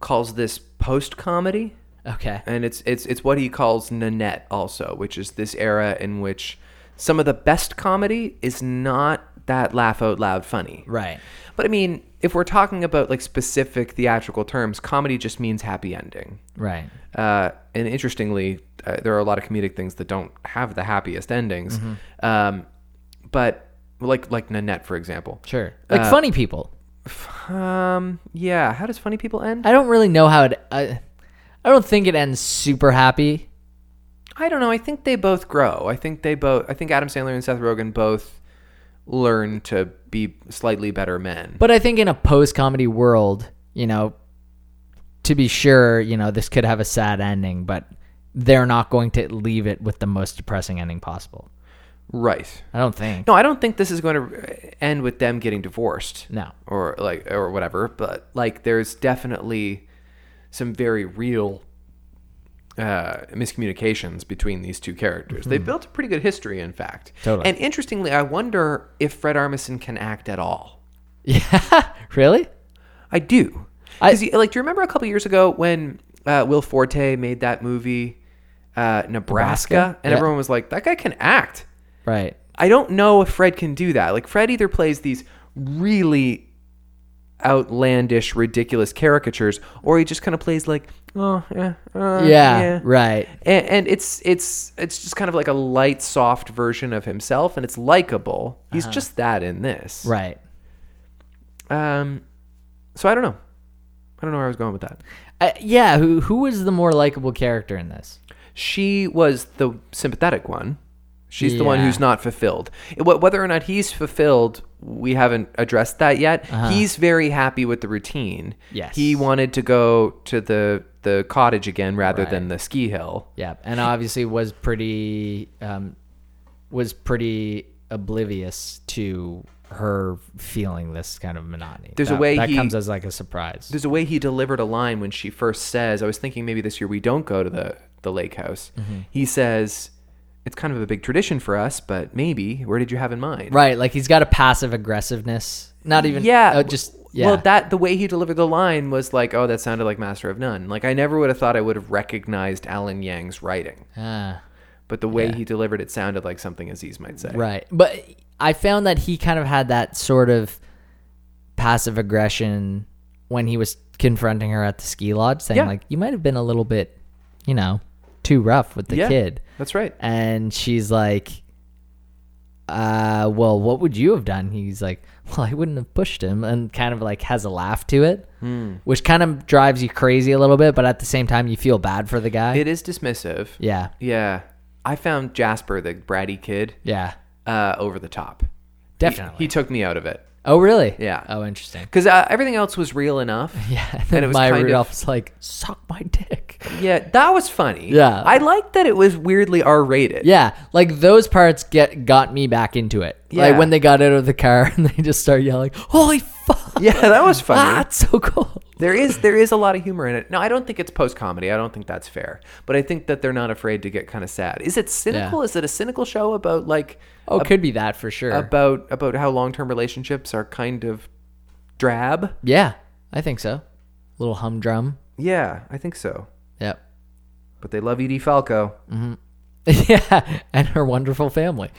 A: calls this post comedy,
B: Okay.
A: and it's it's it's what he calls Nanette also, which is this era in which some of the best comedy is not that laugh out loud funny.
B: Right.
A: But I mean, if we're talking about like specific theatrical terms, comedy just means happy ending.
B: Right.
A: Uh, and interestingly, uh, there are a lot of comedic things that don't have the happiest endings. Um, but like like Nanette, for example.
B: Sure. Like funny people.
A: Um, yeah. How does funny people end?
B: I don't really know how it. I, I don't think it ends super happy.
A: I don't know. I think they both grow. I think they both. I think Adam Sandler and Seth Rogen both learn to be slightly better men.
B: But I think in a post comedy world, you know, to be sure, you know, this could have a sad ending, but they're not going to leave it with the most depressing ending possible.
A: right.
B: I don't think.
A: No, I don't think this is going to end with them getting divorced.
B: No.
A: Or like or whatever, but like there's definitely some very real uh, miscommunications between these two characters. They built a pretty good history, in fact.
B: Hmm. Totally.
A: And interestingly, I wonder if Fred Armisen can act at all.
B: Yeah. really?
A: I do.
B: I-
A: 'Cause he- like, do you remember a couple years ago when uh, Will Forte made that movie, uh, Nebraska,
B: Nebraska?
A: and
B: Yeah.
A: everyone was like, "That guy can act."
B: Right.
A: I don't know if Fred can do that. Like Fred either plays these really outlandish, ridiculous caricatures, or he just kind of plays like, oh yeah, uh,
B: Yeah. Right.
A: And, and it's it's it's just kind of like a light, soft version of himself, and it's likable. He's just that in this.
B: Uh-huh. Right.
A: Um. So I don't know. I don't know where I was going with that.
B: Uh, yeah. Who Who was the more likable character in this?
A: she was the sympathetic one. She's the one
B: Yeah.
A: who's not fulfilled. Wh- Whether or not he's fulfilled, we haven't addressed that yet. He's very happy with the routine.
B: Uh-huh. Yes.
A: he wanted to go to the the cottage again rather than the ski hill.
B: Yeah. And obviously was pretty um, was pretty oblivious to her feeling this kind of monotony.
A: There's a
B: That-
A: way
B: that
A: he-
B: comes as like a surprise.
A: There's a way he delivered a line when she first says, "I was thinking maybe this year we don't go to the the lake house."
B: Mm-hmm.
A: He says, "It's kind of a big tradition for us, but maybe. Where did you have in mind?"
B: Right, like he's got a passive aggressiveness. Not even
A: yeah
B: uh, just yeah.
A: well that the way he delivered the line was like oh that sounded like master of none like i never would have thought i would have recognized alan yang's writing
B: Ah,
A: but the way he delivered it sounded like something aziz might say
B: right, but I found that he kind of had that sort of passive aggression when he was confronting her at the ski lodge, saying
A: Yeah.
B: like, "You might have been a little bit, you know, too rough with the
A: Yeah.
B: kid,"
A: that's right
B: and she's like. Uh, well, what would you have done? He's like, well, I wouldn't have pushed him, and kind of like has a laugh to it,
A: Hmm.
B: which kind of drives you crazy a little bit, but at the same time, you feel bad for the guy.
A: it is dismissive
B: yeah,
A: yeah i found jasper the bratty kid
B: Yeah,
A: uh, over the top He-
B: definitely.
A: he, took me out of it
B: oh, really?
A: Yeah.
B: Oh, interesting.
A: because uh, everything else was real enough
B: Yeah.
A: and it was
B: my
A: kind of-
B: Rudolph's like, suck my dick.
A: yeah that was funny
B: Yeah.
A: i liked that it was weirdly r-rated
B: Yeah, like those parts get got me back into it.
A: Yeah.
B: Like when they got out of the car and they just start yelling, "Holy fuck!"
A: yeah that was funny
B: ah, it's so cool.
A: There is there is a lot of humor in it. No, I don't think it's post comedy. I don't think that's fair. But I think that they're not afraid to get kind of sad. Is it cynical?
B: Yeah.
A: Is it a cynical show about like
B: Oh, could be that for sure.
A: about about how long term relationships are kind of drab?
B: yeah, I think so. Little humdrum.
A: Yeah, I think so.
B: Yep.
A: But they love Edie Falco.
B: yeah, and her wonderful family.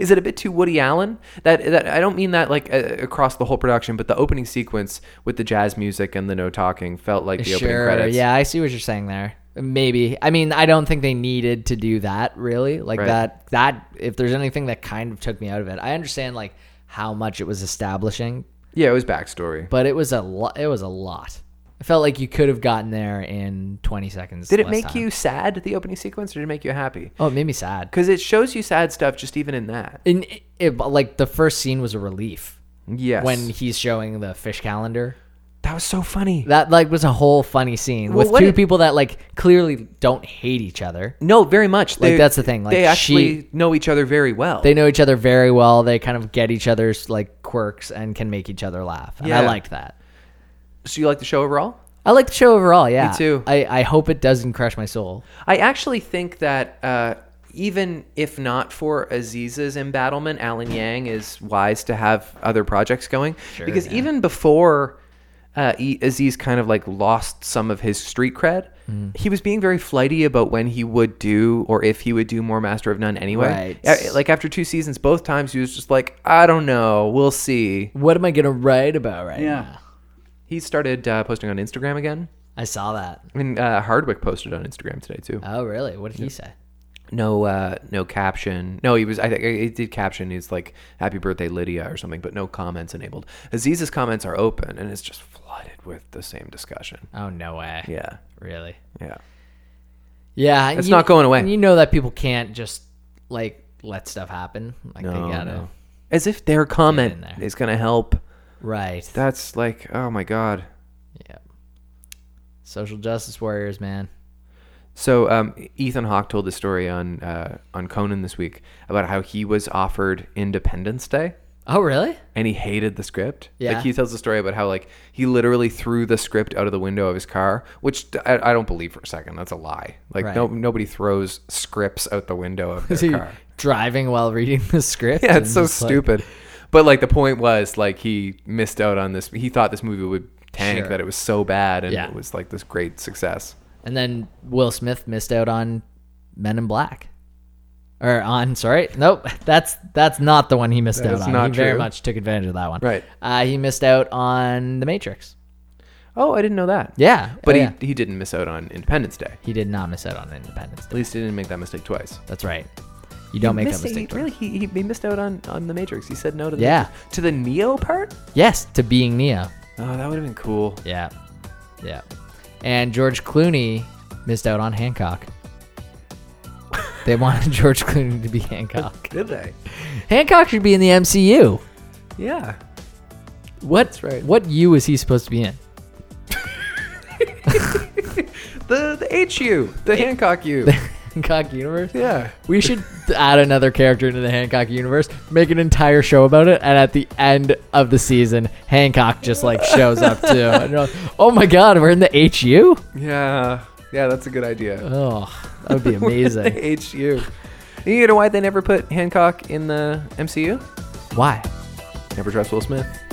A: Is it a bit too Woody Allen? That that I don't mean that like uh, across the whole production, but the opening sequence with the jazz music and the no talking felt like the opening
B: Sure.
A: credits.
B: Yeah, I see what you're saying there. Maybe. I mean, I don't think they needed to do that really. Like
A: Right.
B: that that if there's anything that kind of took me out of it. I understand like how much it was establishing,
A: yeah, it was backstory.
B: but it was a lot it was a lot. I felt like you could have gotten there in 20 seconds.
A: Did it
B: less
A: make
B: time.
A: you sad the opening sequence, or did it make you happy?
B: Oh, it made me sad.
A: Because it shows you sad stuff just even in that.
B: And it, it- like the first scene was a relief
A: Yes.
B: when he's showing the fish calendar.
A: that was so funny.
B: That like was a whole funny scene
A: Well,
B: with
A: what
B: two
A: it-
B: people that like clearly don't hate each other.
A: No, very much. They,
B: that's the thing, like,
A: they actually
B: she-
A: know each other very well.
B: they know each other very well. They kind of get each other's like quirks and can make each other laugh. And I
A: Yeah.
B: liked that.
A: so you like the show overall?
B: I like the show overall. Yeah,
A: too.
B: I, I hope it doesn't crush my soul.
A: I actually think that uh, even if not for Aziz's embattlement, Alan Yang is wise to have other projects going because even before uh, E- Aziz kind of like lost some of his street cred. He was being very flighty about when he would do or if he would do more Master of None anyway.
B: Right.
A: Uh, Like after two seasons, both times he was just like, I don't know, we'll see.
B: What am I gonna write about right
D: Yeah.
A: He started uh, posting on Instagram again.
B: I saw that.
A: I mean, uh, Hardwick posted on Instagram today too.
B: Oh, really? What did he say?
A: no uh no caption no he was i think it did caption he's like happy birthday lydia or something but no comments enabled aziz's comments are open and it's just flooded with the same discussion
B: Oh, no way.
A: yeah
B: Really?
A: yeah
B: Yeah.
A: It's not going away.
B: You know that people can't just like let stuff happen. Like
A: No,
B: they gotta.
A: Oh, no. as if their comment
B: in there.
A: is gonna help
B: Right.
A: that's like oh my god
B: yeah. Social justice warriors, man.
A: So um, Ethan Hawke told the story on uh, on Conan this week about how he was offered Independence Day
B: Oh, really?
A: and he hated the script.
B: Yeah.
A: Like he tells the story about how like he literally threw the script out of the window of his car, which I, I don't believe for a second. That's a lie. Like no
B: Right.
A: nobody throws scripts out the window of their
B: So you're
A: car.
B: driving while reading the script.
A: Yeah,
B: and
A: it's so
B: just, like-
A: stupid. but like the point was like he missed out on this. He thought this movie would tank
B: Sure.
A: that it was so bad and
B: Yeah.
A: it was like this great success.
B: And then Will Smith missed out on Men in Black. Or on, sorry, nope. That's that's not the one he missed out
A: is
B: on.
A: not
B: he very
A: true.
B: much took advantage of that one.
A: Right.
B: Uh, he missed out on The Matrix.
A: Oh, I didn't know that.
B: Yeah,
A: But
B: oh,
A: he,
B: yeah.
A: he didn't miss out on Independence Day.
B: he did not miss out on Independence.
A: At least he didn't make that mistake twice.
B: That's right. You don't make that
A: Missed-
B: mistake.
A: He,
B: twice.
A: really, he, he- he missed out on, on the Matrix. He said no to the
B: Yeah.
A: to the Neo part.
B: Yes, to being Neo.
A: Oh, that would have been cool.
B: Yeah, yeah. And George Clooney missed out on Hancock. they wanted George Clooney to be Hancock.
A: Did they?
B: Hancock should be in the MCU.
A: Yeah.
B: What?
A: right.
B: What U is he supposed to be in?
A: The the HU, the Hancock U.
B: Hancock universe.
A: yeah.
B: We should add another character into the Hancock universe, make an entire show about it, and at the end of the season, Hancock just like shows up too. And you're like, oh my god, we're in the HU?
A: Yeah. Yeah, that's a good idea.
B: Oh, that would be amazing.
A: The HU. You know why they never put Hancock in the MCU?
B: Why?
A: Never trust Will Smith.